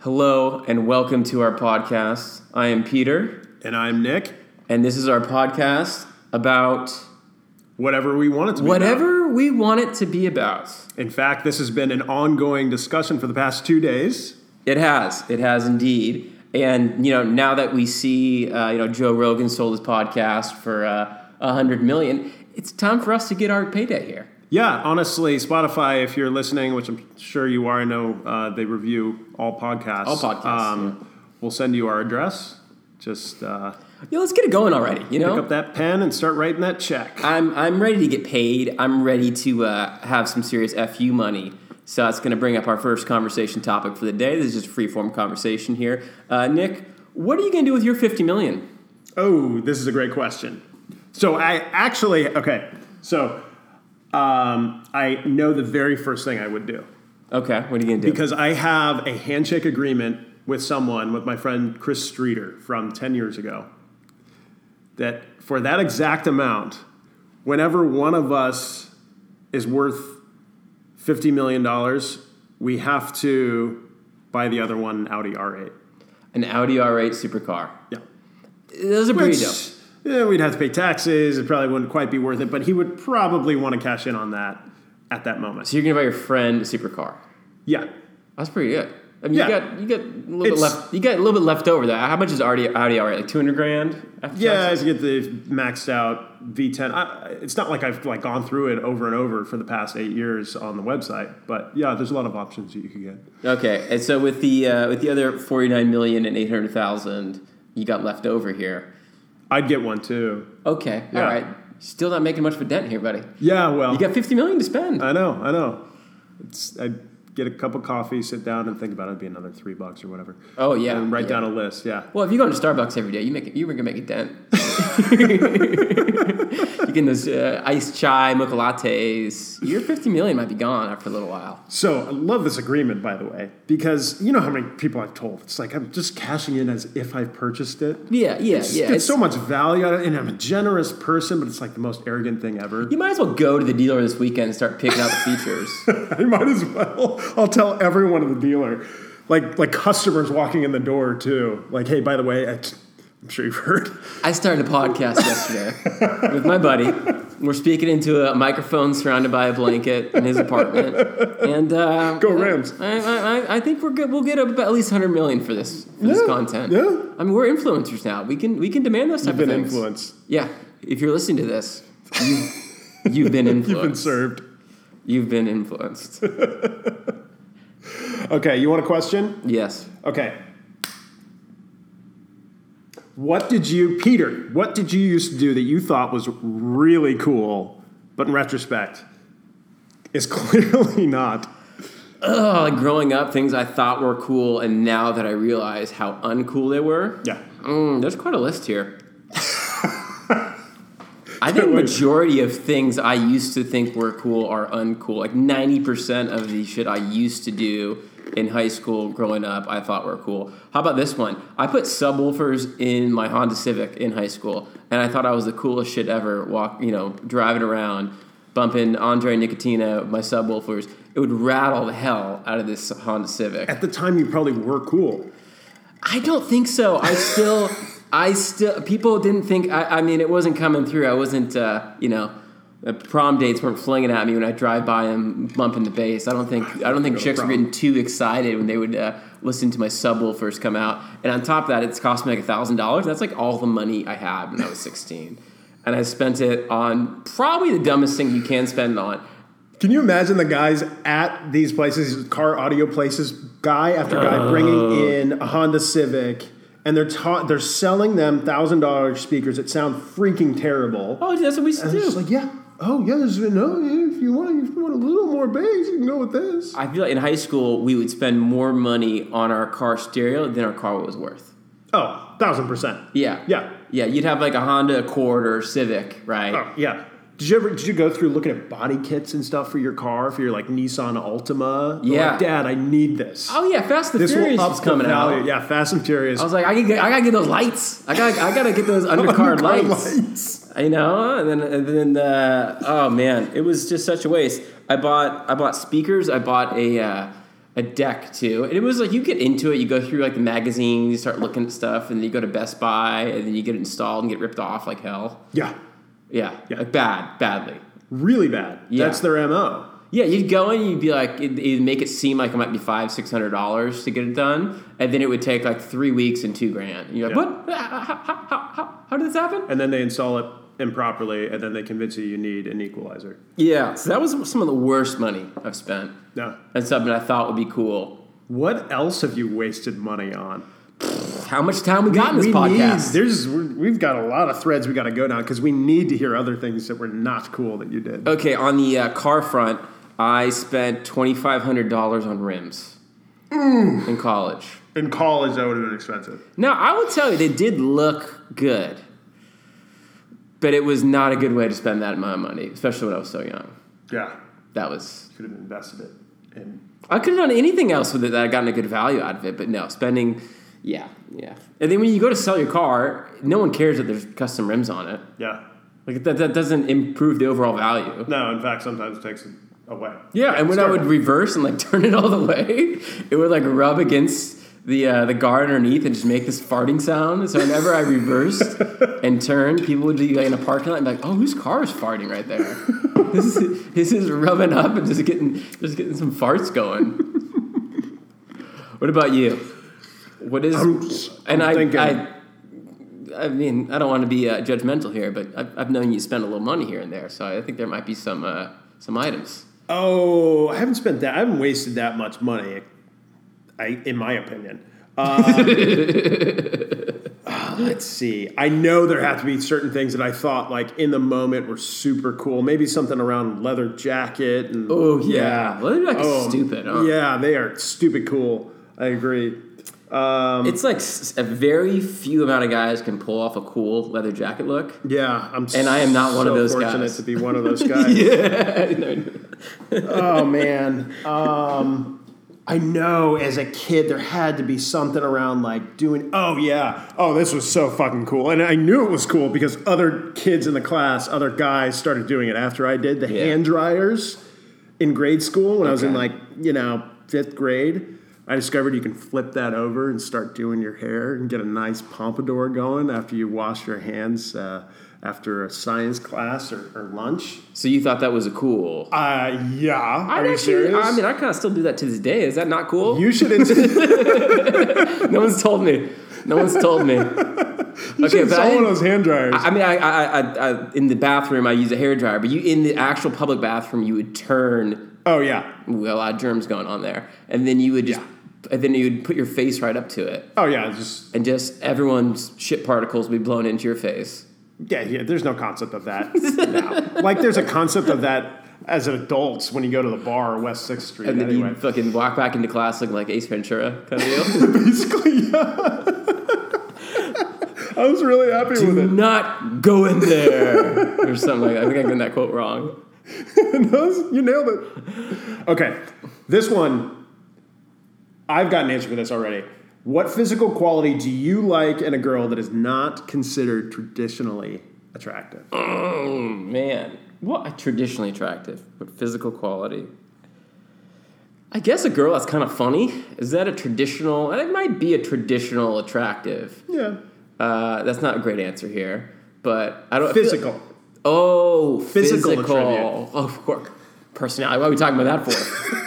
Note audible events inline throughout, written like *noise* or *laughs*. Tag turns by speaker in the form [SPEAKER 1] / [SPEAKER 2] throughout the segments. [SPEAKER 1] Hello and welcome to our podcast. I am Peter,
[SPEAKER 2] And I'm Nick.
[SPEAKER 1] and this is our podcast about
[SPEAKER 2] Whatever we want it to be. about.
[SPEAKER 1] whatever we want it to be about.
[SPEAKER 2] In fact, this has been an ongoing discussion for the past two days.
[SPEAKER 1] It has, it has indeed. And you know, now that we see, uh, you know, Joe Rogan sold his podcast for uh, a hundred million, it's time for us to get our payday here.
[SPEAKER 2] Yeah, honestly, Spotify, if you're listening, which I'm sure you are, I know uh, they review all podcasts. Um,
[SPEAKER 1] All podcasts,
[SPEAKER 2] We'll send you our address. Just uh,
[SPEAKER 1] Yeah, let's get it going already. You
[SPEAKER 2] pick
[SPEAKER 1] know,
[SPEAKER 2] up that pen and start writing that check.
[SPEAKER 1] I'm I'm ready to get paid. I'm ready to uh, have some serious fu money. So that's going to bring up our first conversation topic for the day. This is just a free form conversation here. Uh, Nick, what are you going to do with your fifty million?
[SPEAKER 2] Oh, this is a great question. So I actually, okay, so um, I know the very first thing I would do.
[SPEAKER 1] Okay, what are you going to do?
[SPEAKER 2] because I have a handshake agreement with someone, with my friend Chris Streeter from 10 years ago, that for that exact amount, whenever one of us is worth $50 million, we have to buy the other one an Audi R8.
[SPEAKER 1] An Audi R8 supercar.
[SPEAKER 2] Yeah.
[SPEAKER 1] Those are pretty dope.
[SPEAKER 2] Which, yeah, we'd have to pay taxes. It probably wouldn't quite be worth it, but he would probably want to cash in on that at that moment.
[SPEAKER 1] So you're going to buy your friend a supercar.
[SPEAKER 2] Yeah.
[SPEAKER 1] That's pretty good. I mean, you
[SPEAKER 2] Yeah.
[SPEAKER 1] got you got a little bit
[SPEAKER 2] It's-
[SPEAKER 1] left. You got a little bit left over. There. How much is Audi Audi R8? Like two hundred grand? After
[SPEAKER 2] Yeah,
[SPEAKER 1] taxes?
[SPEAKER 2] as you get the maxed out V10, I, it's not like I've like gone through it over and over for the past eight years on the website. But yeah, there's a lot of options that you can get.
[SPEAKER 1] Okay, and so with the uh, with the other forty nine million and eight hundred thousand you got left over here.
[SPEAKER 2] I'd get one too.
[SPEAKER 1] Okay, all
[SPEAKER 2] Yeah.
[SPEAKER 1] right. Still not making much of a dent here, buddy.
[SPEAKER 2] Yeah, well,
[SPEAKER 1] You got fifty million to spend.
[SPEAKER 2] I know, I know. It's I'd get a cup of coffee, sit down, and think about it. It'd be another three bucks or whatever.
[SPEAKER 1] oh yeah,
[SPEAKER 2] and write
[SPEAKER 1] yeah.
[SPEAKER 2] down a list. Yeah,
[SPEAKER 1] Well, if you go to Starbucks every day, you make it, you're gonna make a
[SPEAKER 2] *laughs*
[SPEAKER 1] dent. you get those uh, iced chai mocha lattes. Your fifty million might be gone after a little while.
[SPEAKER 2] So I love this agreement, by the way, because you know how many people I've told. It's like I'm just cashing in as if I purchased it.
[SPEAKER 1] Yeah, yeah,
[SPEAKER 2] It's,
[SPEAKER 1] yeah.
[SPEAKER 2] it's so
[SPEAKER 1] it's-
[SPEAKER 2] much value out of it, and I'm a generous person, but it's like the most arrogant thing ever.
[SPEAKER 1] you might as well go to the dealer this weekend and start picking out the features.
[SPEAKER 2] *laughs* I might as well. I'll tell everyone at the dealer, like like customers walking in the door too. Like, hey, by the way, I, I'm sure you've heard.
[SPEAKER 1] I started a podcast
[SPEAKER 2] *laughs*
[SPEAKER 1] yesterday with my buddy. We're speaking into a microphone surrounded by a blanket in his apartment, and uh,
[SPEAKER 2] Go Rams.
[SPEAKER 1] I, I, I- I think we're good. We'll get about at least hundred million for this for this
[SPEAKER 2] Yeah,
[SPEAKER 1] content.
[SPEAKER 2] yeah.
[SPEAKER 1] I mean, we're influencers now. We can we can demand those type
[SPEAKER 2] Been
[SPEAKER 1] of things.
[SPEAKER 2] influenced.
[SPEAKER 1] Yeah. If you're listening to this, you you've been influenced.
[SPEAKER 2] *laughs* You've been served.
[SPEAKER 1] You've been influenced.
[SPEAKER 2] Okay, you want a question?
[SPEAKER 1] Yes.
[SPEAKER 2] Okay. What did you, Peter? What did you used to do that you thought was really cool, but in retrospect, is *laughs* clearly not?
[SPEAKER 1] Oh, like growing up, things I thought were cool, and now that I realize how uncool they were,
[SPEAKER 2] Yeah.
[SPEAKER 1] mm, there's quite a list here. I think
[SPEAKER 2] wait.
[SPEAKER 1] majority of things I used to think were cool are uncool. Like ninety percent of the shit I used to do in high school growing up, I thought were cool. How about this one? I put subwoofers in my Honda Civic in high school, and I thought I was the coolest shit ever. Walk, you know, driving around, bumping Andre Nicotina, with my subwoofers. It would rattle the hell out of this Honda Civic.
[SPEAKER 2] At the time, you probably were cool.
[SPEAKER 1] I don't think so. I still, I still, people didn't think. I, I mean, it wasn't coming through. I wasn't, uh, you know, the prom dates weren't flinging at me when I drive by them bumping the bass. I don't think, I don't think
[SPEAKER 2] Go to
[SPEAKER 1] chicks were
[SPEAKER 2] prom.
[SPEAKER 1] getting too excited when they would uh, listen to my subwoofers come out. And on top of that, it's cost me like a thousand dollars. That's like all the money I had when I was sixteen, and I spent it on probably the dumbest thing you can spend on.
[SPEAKER 2] Can you imagine the guys at these places, these car audio places, guy after guy,
[SPEAKER 1] Uh.
[SPEAKER 2] bringing in a Honda Civic, and they're ta- they're selling them thousand dollar speakers that sound freaking terrible.
[SPEAKER 1] Oh, that's what we used to
[SPEAKER 2] And it's
[SPEAKER 1] do.
[SPEAKER 2] just like, yeah, oh yeah, there's no. If you want, if you want a little more bass, you can go with this.
[SPEAKER 1] I feel like in high school we would spend more money on our car stereo than our car was worth.
[SPEAKER 2] Oh, thousand percent.
[SPEAKER 1] Yeah.
[SPEAKER 2] Yeah.
[SPEAKER 1] Yeah, you'd have like a Honda Accord or Civic, right?
[SPEAKER 2] Oh yeah. Did you ever did you go through looking at body kits and stuff for your car for your like Nissan Altima? You're
[SPEAKER 1] Yeah.
[SPEAKER 2] like, Dad, I need this.
[SPEAKER 1] Oh yeah, Fast and the
[SPEAKER 2] this
[SPEAKER 1] Furious is
[SPEAKER 2] the
[SPEAKER 1] coming
[SPEAKER 2] value.
[SPEAKER 1] out.
[SPEAKER 2] Yeah, Fast and Furious.
[SPEAKER 1] I was like, I, can get, I gotta get those lights. I gotta, I gotta
[SPEAKER 2] *laughs*
[SPEAKER 1] get those undercar lights.
[SPEAKER 2] lights.
[SPEAKER 1] You know, and then and then uh, oh man, it was just such a waste. I bought I bought speakers. I bought a uh, a deck too. And it was like you get into it, you go through like the magazine, you start looking at stuff, and then you go to Best Buy, and then you get it installed and get ripped off like hell.
[SPEAKER 2] Yeah,
[SPEAKER 1] Yeah,
[SPEAKER 2] Yeah.
[SPEAKER 1] Like bad, badly.
[SPEAKER 2] really bad.
[SPEAKER 1] Yeah.
[SPEAKER 2] That's their mo.
[SPEAKER 1] Yeah, you'd go in, you'd be like, it'd, it'd make it seem like it might be five, six hundred dollars to get it done, and then it would take like three weeks and two grand. And you're like,
[SPEAKER 2] Yeah.
[SPEAKER 1] what? Ah, How, how, how, how, how did this happen?
[SPEAKER 2] And then they install it improperly, and then they convince you you need an equalizer.
[SPEAKER 1] Yeah, so that was some of the worst money I've spent,
[SPEAKER 2] No.
[SPEAKER 1] and something I thought would be cool.
[SPEAKER 2] What else have you wasted money on?
[SPEAKER 1] How much time we got in this
[SPEAKER 2] we
[SPEAKER 1] podcast?
[SPEAKER 2] Need, there's we're- we've got a lot of threads we got to go down because we need to hear other things that were not cool that you did.
[SPEAKER 1] Okay, on the uh, car front, I spent twenty five hundred dollars on rims in college.
[SPEAKER 2] In college, that would have been expensive.
[SPEAKER 1] Now I will tell you, they did look good, but it was not a good way to spend that amount of money, especially when I was so young.
[SPEAKER 2] Yeah,
[SPEAKER 1] That was
[SPEAKER 2] could have invested it. And
[SPEAKER 1] I could have done anything else with it that I gotten a good value out of it, but no, spending, yeah, yeah. And then when you go to sell your car, no one cares that there's custom rims on it.
[SPEAKER 2] yeah,
[SPEAKER 1] Like that, that doesn't improve the overall value.
[SPEAKER 2] no. In fact, sometimes it takes it away.
[SPEAKER 1] Yeah, and when I
[SPEAKER 2] start
[SPEAKER 1] would
[SPEAKER 2] with-
[SPEAKER 1] reverse and like *laughs* turn it all the way, it would like rub against the uh, the guard underneath and just make this farting sound. So whenever I
[SPEAKER 2] *laughs*
[SPEAKER 1] reversed and turned, people would be like in a parking lot and be like, "Oh, whose car is farting right there?
[SPEAKER 2] *laughs*
[SPEAKER 1] this, is, this is rubbing up and just getting just getting some farts going." *laughs* what about you? What is- and
[SPEAKER 2] I'm
[SPEAKER 1] I,
[SPEAKER 2] thinking.
[SPEAKER 1] I I mean I don't want to be uh, judgmental here, but I've, I've known you spend a little money here and there, so I think there might be some uh, some items.
[SPEAKER 2] Oh, I haven't spent that. I haven't wasted that much money. I, in my opinion.
[SPEAKER 1] *laughs*
[SPEAKER 2] Um, let's see. I know there have to be certain things that I thought like in the moment were super cool. Maybe something around leather jacket and
[SPEAKER 1] Oh, yeah. Leather jacket's
[SPEAKER 2] Oh,
[SPEAKER 1] stupid, huh?
[SPEAKER 2] Yeah, they are stupid cool. I agree. Um, Hmm.
[SPEAKER 1] It's like s- a very few amount of guys can pull off a cool leather jacket *laughs* look.
[SPEAKER 2] Yeah, I'm
[SPEAKER 1] And I am not one of
[SPEAKER 2] so
[SPEAKER 1] those
[SPEAKER 2] fortunate
[SPEAKER 1] guys.
[SPEAKER 2] to be one of
[SPEAKER 1] *laughs*
[SPEAKER 2] those guys. oh man um, i know as a kid there had to be something around like doing oh yeah oh this was so fucking cool and i knew it was cool because other kids in the class other guys started doing it after i did the
[SPEAKER 1] Yeah.
[SPEAKER 2] hand dryers in grade school when i was in
[SPEAKER 1] Okay.
[SPEAKER 2] like you know fifth grade i discovered you can flip that over and start doing your hair and get a nice pompadour going after you wash your hands uh, after a science class or, or lunch
[SPEAKER 1] *laughs* So you thought that was a cool.
[SPEAKER 2] uh, yeah are
[SPEAKER 1] I'd
[SPEAKER 2] you
[SPEAKER 1] actually,
[SPEAKER 2] serious
[SPEAKER 1] I mean, I kind of still do that to this day. Is that not cool?
[SPEAKER 2] You should install
[SPEAKER 1] *laughs* no one's told me. No one's told *laughs* me. okay, but I,
[SPEAKER 2] one of
[SPEAKER 1] didn't-
[SPEAKER 2] those hand dryers.
[SPEAKER 1] I mean, I, I, I, I, in the bathroom, I use a hair dryer, but you in the actual public bathroom, you would turn.
[SPEAKER 2] oh yeah,
[SPEAKER 1] Ooh, a lot of germs going on there, and then you would just, and then you would put your face right up to it.
[SPEAKER 2] oh yeah. it's Just
[SPEAKER 1] and just everyone's shit particles be blown into your face.
[SPEAKER 2] yeah, yeah. There's no concept of
[SPEAKER 1] *laughs*
[SPEAKER 2] that. now. Like there's a concept of that as adults when you go to the bar or West Sixth Street.
[SPEAKER 1] And then
[SPEAKER 2] anyway,
[SPEAKER 1] you fucking walk back into class looking like Ace Ventura kind of deal.
[SPEAKER 2] basically, yeah. *laughs* I was really happy
[SPEAKER 1] *laughs*
[SPEAKER 2] with
[SPEAKER 1] Do
[SPEAKER 2] it.
[SPEAKER 1] not go in there. or something like that. I think I got that quote wrong.
[SPEAKER 2] *laughs* And I was- you nailed it. Okay, this one. I've got an answer for this already. What physical quality do you like in a girl that is not considered traditionally attractive?
[SPEAKER 1] Oh, man. What a traditionally attractive, but physical quality. I guess a girl that's kind of funny. Is that a traditional? It might be a traditional attractive.
[SPEAKER 2] Yeah,
[SPEAKER 1] Uh, that's not a great answer here, but I don't I feel-
[SPEAKER 2] physical.
[SPEAKER 1] Oh,
[SPEAKER 2] Physical
[SPEAKER 1] physical.
[SPEAKER 2] attribute.
[SPEAKER 1] Oh, of course. Personality. Why are we talking about that for?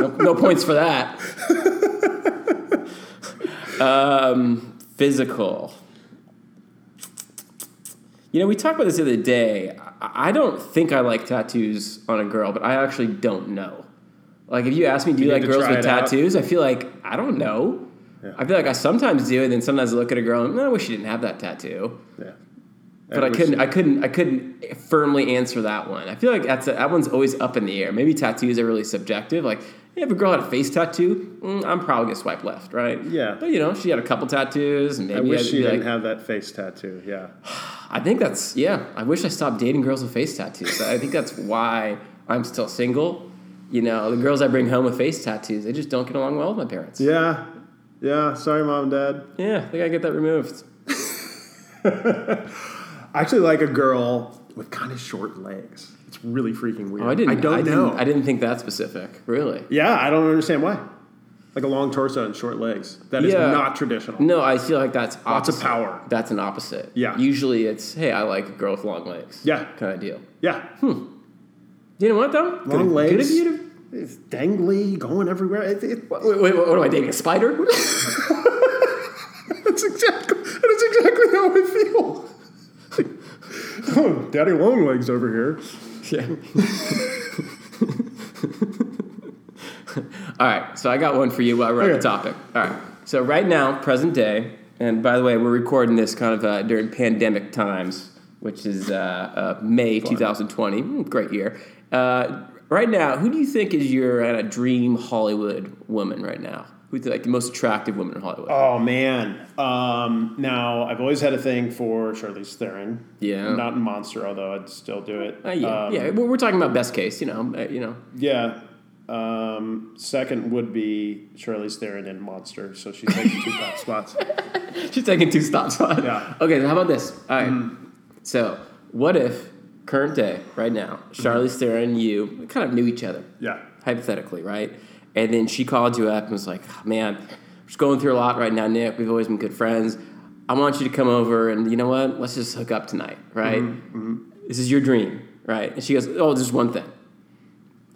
[SPEAKER 1] no, no points for that. um, physical. You know, we talked about this the other day. I I don't think I like tattoos on a girl, but I actually don't know. Like, if you ask me, do you,
[SPEAKER 2] need
[SPEAKER 1] like
[SPEAKER 2] to
[SPEAKER 1] girls
[SPEAKER 2] try
[SPEAKER 1] with
[SPEAKER 2] it out.
[SPEAKER 1] tattoos? I feel like I don't know.
[SPEAKER 2] Yeah.
[SPEAKER 1] I feel like I sometimes do, and then sometimes I look at a girl and "No, I wish she didn't have that tattoo
[SPEAKER 2] Yeah.
[SPEAKER 1] but I couldn't, I couldn't, I couldn't firmly answer that one. I feel like that's a, that one's always up in the air. Maybe tattoos are really subjective. Like if a girl had a face tattoo, mm, I'm probably gonna swipe left, right?
[SPEAKER 2] Yeah.
[SPEAKER 1] But you know, she had a couple tattoos, and
[SPEAKER 2] I
[SPEAKER 1] maybe
[SPEAKER 2] wish
[SPEAKER 1] I'd
[SPEAKER 2] she
[SPEAKER 1] be
[SPEAKER 2] didn't
[SPEAKER 1] like,
[SPEAKER 2] have that face tattoo. Yeah.
[SPEAKER 1] *sighs* I think that's yeah. I wish I stopped dating girls with face tattoos. I think that's why I'm still single. You know, the girls I bring home with face tattoos, they just don't get along well with my parents.
[SPEAKER 2] Yeah. Yeah. Sorry, mom and dad.
[SPEAKER 1] yeah I think I get that removed.
[SPEAKER 2] I actually like a girl with kind of short legs. It's really freaking weird.
[SPEAKER 1] Oh, I didn't.
[SPEAKER 2] I don't
[SPEAKER 1] I
[SPEAKER 2] know.
[SPEAKER 1] Didn't, I didn't think that specific. Really.
[SPEAKER 2] yeah, I don't understand why. Like a long torso and short legs. That is
[SPEAKER 1] Yeah.
[SPEAKER 2] not traditional.
[SPEAKER 1] No, I feel like that's
[SPEAKER 2] Lots of
[SPEAKER 1] opposite.
[SPEAKER 2] power.
[SPEAKER 1] That's an opposite.
[SPEAKER 2] Yeah.
[SPEAKER 1] Usually it's hey, I like a girl with long legs.
[SPEAKER 2] Yeah.
[SPEAKER 1] Kind of deal.
[SPEAKER 2] Yeah,
[SPEAKER 1] Hmm. You know what though?
[SPEAKER 2] long
[SPEAKER 1] Good-
[SPEAKER 2] legs.
[SPEAKER 1] Good of you to.
[SPEAKER 2] It's dangly, going everywhere. It, it, *laughs*
[SPEAKER 1] Wait, wait, what am I dating? A spider?
[SPEAKER 2] That's exactly that's exactly how I feel. *laughs* oh, Daddy Longlegs over here.
[SPEAKER 1] Yeah. All right, so I got one for you while we're on
[SPEAKER 2] Okay.
[SPEAKER 1] the topic. All right, so right now, present day, and by the way, we're recording this kind of uh, during pandemic times, which is uh, uh, May 2020. Mm, great year. Uh, right now, who do you think is your uh, dream Hollywood woman right now? Who's like the most attractive woman in Hollywood?
[SPEAKER 2] Oh man. Um, now I've always had a thing for Charlize Theron.
[SPEAKER 1] Yeah.
[SPEAKER 2] Not in Monster, although I'd still do it.
[SPEAKER 1] Uh, yeah,
[SPEAKER 2] Um,
[SPEAKER 1] yeah. We're, we're talking about best case, you know, uh, you know.
[SPEAKER 2] yeah. Um, second would be Charlize Theron in Monster, so she's taking
[SPEAKER 1] *laughs*
[SPEAKER 2] two top spots.
[SPEAKER 1] She's taking two stops *laughs* on.
[SPEAKER 2] Yeah.
[SPEAKER 1] Okay, so how about this? All right. So, what if current day, right now, Charlize Theron and you kind of knew each other,
[SPEAKER 2] Yeah.
[SPEAKER 1] hypothetically, right? And then she called you up and was like, "Oh, man, we're just going through a lot right now, Nick. We've always been good friends. I want you to come over and you know what? Let's just hook up tonight, right? This is your dream, right? And she goes, oh, just one thing.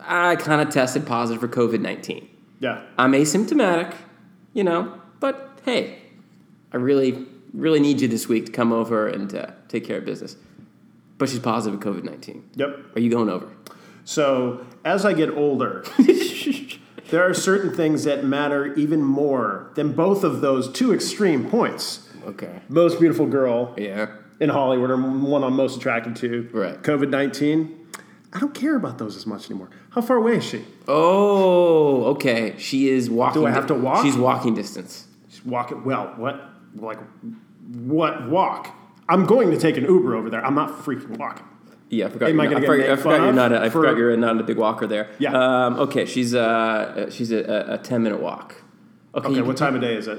[SPEAKER 1] I kind of tested positive for COVID 19.
[SPEAKER 2] Yeah.
[SPEAKER 1] I'm asymptomatic, you know, but hey, I really, really need you this week to come over and uh, take care of business. But she's positive with COVID 19.
[SPEAKER 2] Yep.
[SPEAKER 1] Are you going
[SPEAKER 2] *laughs*
[SPEAKER 1] over?
[SPEAKER 2] So as I get older, there are certain things that matter even more than both of those two extreme points.
[SPEAKER 1] okay.
[SPEAKER 2] Most beautiful girl
[SPEAKER 1] Yeah.
[SPEAKER 2] in Hollywood, or one I'm most attracted to.
[SPEAKER 1] Right.
[SPEAKER 2] COVID 19. I don't care about those as much anymore. How far away is she?
[SPEAKER 1] Oh, okay. She is walking.
[SPEAKER 2] Do I have to walk?
[SPEAKER 1] She's walking distance.
[SPEAKER 2] She's walking. Well, what? Like, what walk? I'm going to take an Uber over there. I'm not freaking walking.
[SPEAKER 1] Yeah, I forgot.
[SPEAKER 2] Am I
[SPEAKER 1] you're not-
[SPEAKER 2] gonna
[SPEAKER 1] I
[SPEAKER 2] get
[SPEAKER 1] forgot, I
[SPEAKER 2] made
[SPEAKER 1] forgot
[SPEAKER 2] fun
[SPEAKER 1] you're
[SPEAKER 2] of
[SPEAKER 1] not. A, I
[SPEAKER 2] for-
[SPEAKER 1] forgot you're not a big walker there.
[SPEAKER 2] Yeah.
[SPEAKER 1] Um, okay, she's uh, she's a, a, a ten minute walk. Okay.
[SPEAKER 2] Okay,
[SPEAKER 1] you
[SPEAKER 2] what time of day is it?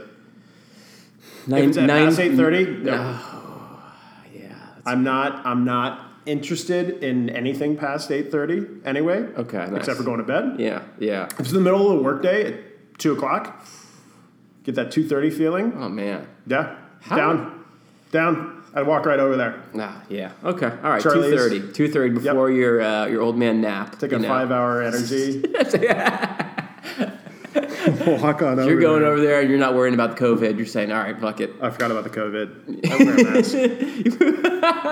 [SPEAKER 1] can- nine,
[SPEAKER 2] If it's at
[SPEAKER 1] nine-
[SPEAKER 2] past 8.30,
[SPEAKER 1] Yeah.
[SPEAKER 2] I'm not, I'm not interested in anything past 8.30 anyway.
[SPEAKER 1] Okay. Nice.
[SPEAKER 2] Except for going to bed.
[SPEAKER 1] Yeah. Yeah.
[SPEAKER 2] If it's in the middle of the workday at 2 o'clock, get that 2.30 feeling.
[SPEAKER 1] Oh man.
[SPEAKER 2] Yeah.
[SPEAKER 1] How-
[SPEAKER 2] Down. Down. I'd walk right over there.
[SPEAKER 1] Ah, yeah. Okay. All right. Two
[SPEAKER 2] Charlie's-
[SPEAKER 1] thirty. Two thirty before your uh, your old man nap.
[SPEAKER 2] Take
[SPEAKER 1] you
[SPEAKER 2] a
[SPEAKER 1] know. *laughs*
[SPEAKER 2] five hour energy. *laughs* Walk on over.
[SPEAKER 1] You're going over there and you're not worrying about the COVID. You're saying, all right, fuck it.
[SPEAKER 2] I forgot about the COVID. I *laughs* wear a
[SPEAKER 1] *laughs*
[SPEAKER 2] mask.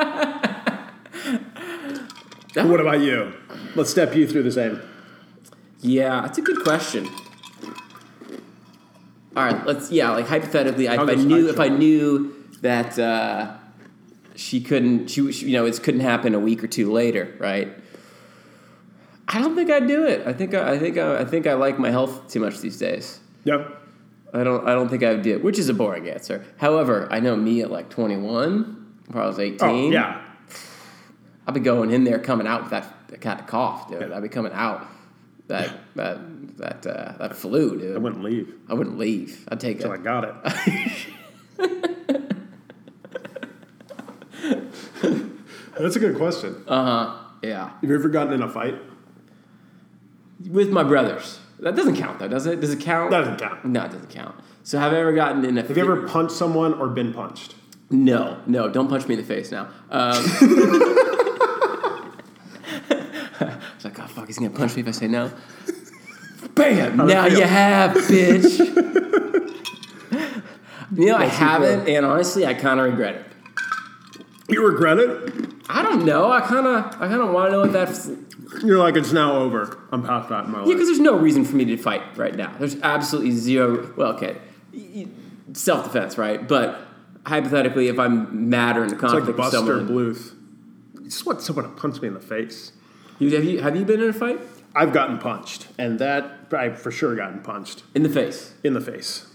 [SPEAKER 2] what about you? Let's step you through the same.
[SPEAKER 1] Yeah, that's a good question. All right, let's. Yeah, like hypothetically, I, if I
[SPEAKER 2] does
[SPEAKER 1] knew
[SPEAKER 2] I
[SPEAKER 1] if I
[SPEAKER 2] show?
[SPEAKER 1] knew that uh, she couldn't, she, she you know, it couldn't happen a week or two later, right? I don't think I'd do it. I think I, I think I, I think I like my health too much these days.
[SPEAKER 2] Yep.
[SPEAKER 1] I don't. I don't think I would do it, which is a boring answer. However, I know me at like 21, if I was 18.
[SPEAKER 2] Oh, yeah.
[SPEAKER 1] I'd be going in there, coming out with that, that kind of cough, dude. I'd be coming out that that that uh, that flu, dude.
[SPEAKER 2] I wouldn't leave
[SPEAKER 1] I wouldn't leave. I'd take it.
[SPEAKER 2] until I got
[SPEAKER 1] *laughs*
[SPEAKER 2] it. That's a good question.
[SPEAKER 1] Uh huh. Yeah.
[SPEAKER 2] Have you ever gotten in a fight?
[SPEAKER 1] With my brothers. That doesn't count though, does it? Does it count?
[SPEAKER 2] That doesn't count.
[SPEAKER 1] No, it doesn't count. So have I ever gotten in a?
[SPEAKER 2] Have you ever punched someone or been punched?
[SPEAKER 1] No, no, don't punch me in the face now. Um,
[SPEAKER 2] *laughs*
[SPEAKER 1] it's like, oh fuck, he's gonna punch me if I say no. Bam! Now
[SPEAKER 2] feel?
[SPEAKER 1] you have,
[SPEAKER 2] *laughs*
[SPEAKER 1] bitch. you know, I haven't, and honestly, I kind of regret it.
[SPEAKER 2] You regret it?
[SPEAKER 1] I don't know. I kind of, I kind of want to know what that. Yeah,
[SPEAKER 2] You're like, it's now over. I'm past that in my life.
[SPEAKER 1] because there's no reason for me to fight right now. There's absolutely zero. Well, okay, self defense, right? But hypothetically, if I'm mad or in
[SPEAKER 2] it's
[SPEAKER 1] conflict with
[SPEAKER 2] like Buster
[SPEAKER 1] someone,
[SPEAKER 2] Bluth. You just want someone to punch me in the face.
[SPEAKER 1] You- have you have you been in a fight
[SPEAKER 2] I've gotten punched, and that I've for sure gotten punched
[SPEAKER 1] in the face?
[SPEAKER 2] in the face.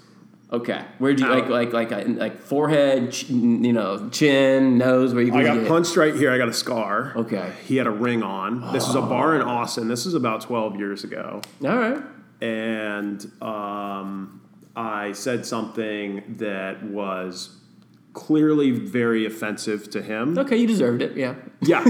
[SPEAKER 1] Okay. Where do you
[SPEAKER 2] Ow.
[SPEAKER 1] like like like uh, like forehead, ch- you know, chin, nose? Where you?
[SPEAKER 2] I
[SPEAKER 1] where
[SPEAKER 2] got
[SPEAKER 1] you-
[SPEAKER 2] punched right here. I got a scar.
[SPEAKER 1] Okay.
[SPEAKER 2] He had a ring on. This is
[SPEAKER 1] Oh.
[SPEAKER 2] a bar in Austin. This is about 12 years ago.
[SPEAKER 1] All right.
[SPEAKER 2] and um, I said something that was
[SPEAKER 1] *laughs*
[SPEAKER 2] clearly very offensive to him.
[SPEAKER 1] Okay, you deserved it. Yeah.
[SPEAKER 2] Yeah.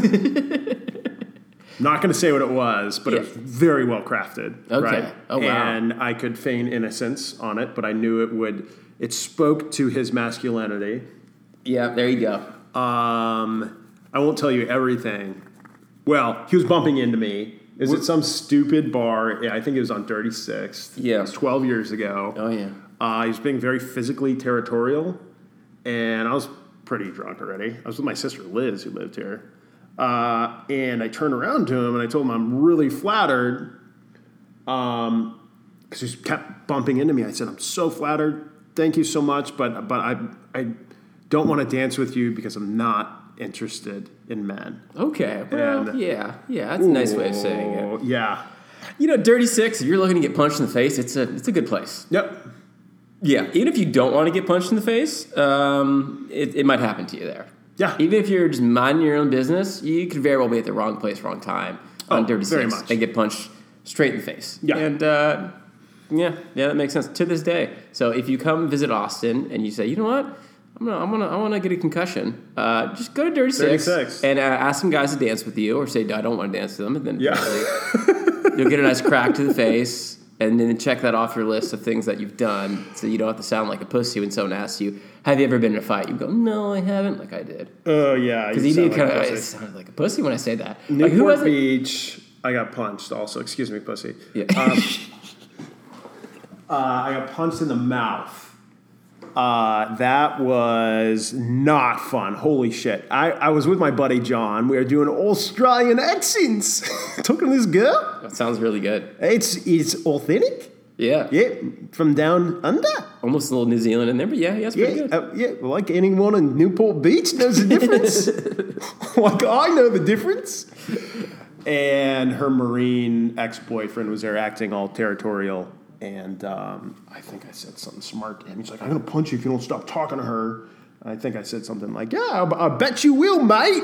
[SPEAKER 2] Not going to say what it was, but it was
[SPEAKER 1] Yeah.
[SPEAKER 2] very well crafted.
[SPEAKER 1] Okay.
[SPEAKER 2] Right?
[SPEAKER 1] Oh, wow.
[SPEAKER 2] And I could feign innocence on it, but I knew it would. It spoke to his masculinity.
[SPEAKER 1] Yeah, there you go.
[SPEAKER 2] Um, I won't tell you everything. Well, he was bumping into me. Is it some stupid bar? Yeah, I think it was on Dirty Sixth.
[SPEAKER 1] Yeah.
[SPEAKER 2] It was twelve years ago.
[SPEAKER 1] Oh yeah.
[SPEAKER 2] Uh, he was being very physically territorial, and I was pretty drunk already. I was with my sister Liz, who lived here, uh, and I turned around to him and I told him I'm really flattered, um, because he kept bumping into me. I said I'm so flattered, thank you so much, but but I I don't want to dance with you because I'm not interested in men.
[SPEAKER 1] Okay. Well,
[SPEAKER 2] And- uh,
[SPEAKER 1] yeah, yeah. That's a nice way of saying it.
[SPEAKER 2] Oh, Yeah.
[SPEAKER 1] You know, Dirty Six. If you're looking to get punched in the face, it's a it's a good place.
[SPEAKER 2] Yep.
[SPEAKER 1] Yeah, even if you don't want to get punched in the face, um, it, it might happen to you there.
[SPEAKER 2] Yeah.
[SPEAKER 1] Even if you're just minding your own business, you could very well be at the wrong place, wrong time on
[SPEAKER 2] Oh,
[SPEAKER 1] Dirty
[SPEAKER 2] very
[SPEAKER 1] Six
[SPEAKER 2] much.
[SPEAKER 1] and get punched straight in the face.
[SPEAKER 2] Yeah.
[SPEAKER 1] And uh, yeah, yeah, that makes sense to this day. So if you come visit Austin and you say, you know what, I'm gonna, I'm gonna, I want to get a concussion, uh, just go to Dirty,
[SPEAKER 2] Dirty
[SPEAKER 1] Six,
[SPEAKER 2] Six.
[SPEAKER 1] and uh, ask some guys to dance with you, or say, no, I don't want to dance with them, and then
[SPEAKER 2] Yeah. *laughs*
[SPEAKER 1] You'll get a nice crack to the face, and then check that off your list of things that you've done, so you don't have to sound like a pussy when someone asks you, "Have you ever been in a fight?" You go, "No, I haven't," like I did,
[SPEAKER 2] Oh yeah.
[SPEAKER 1] because you
[SPEAKER 2] sound
[SPEAKER 1] did
[SPEAKER 2] like
[SPEAKER 1] kind of.
[SPEAKER 2] pussy.
[SPEAKER 1] I sounded like a pussy when I say that. like, who
[SPEAKER 2] Newport
[SPEAKER 1] hasn't?
[SPEAKER 2] Beach. I got punched. Also, excuse me, pussy.
[SPEAKER 1] Yeah.
[SPEAKER 2] um, Uh, I got punched in the mouth. Uh, that was not fun. Holy shit! I, I was with my buddy John. We were doing Australian accents. *laughs* Talking to this girl.
[SPEAKER 1] *laughs* that sounds really good.
[SPEAKER 2] It's it's authentic.
[SPEAKER 1] Yeah.
[SPEAKER 2] Yeah, from down under.
[SPEAKER 1] almost a little New Zealand in there, but yeah, yeah, it's pretty
[SPEAKER 2] Yeah,
[SPEAKER 1] good.
[SPEAKER 2] uh, yeah. Like anyone in Newport Beach knows the *laughs* difference. like I know the difference. And her Marine ex boyfriend was there acting all territorial. And um, I think I said something smart to him. He's like, I'm going to punch you if you don't stop talking to her. I think I said something like, Yeah, I, I bet you will, mate.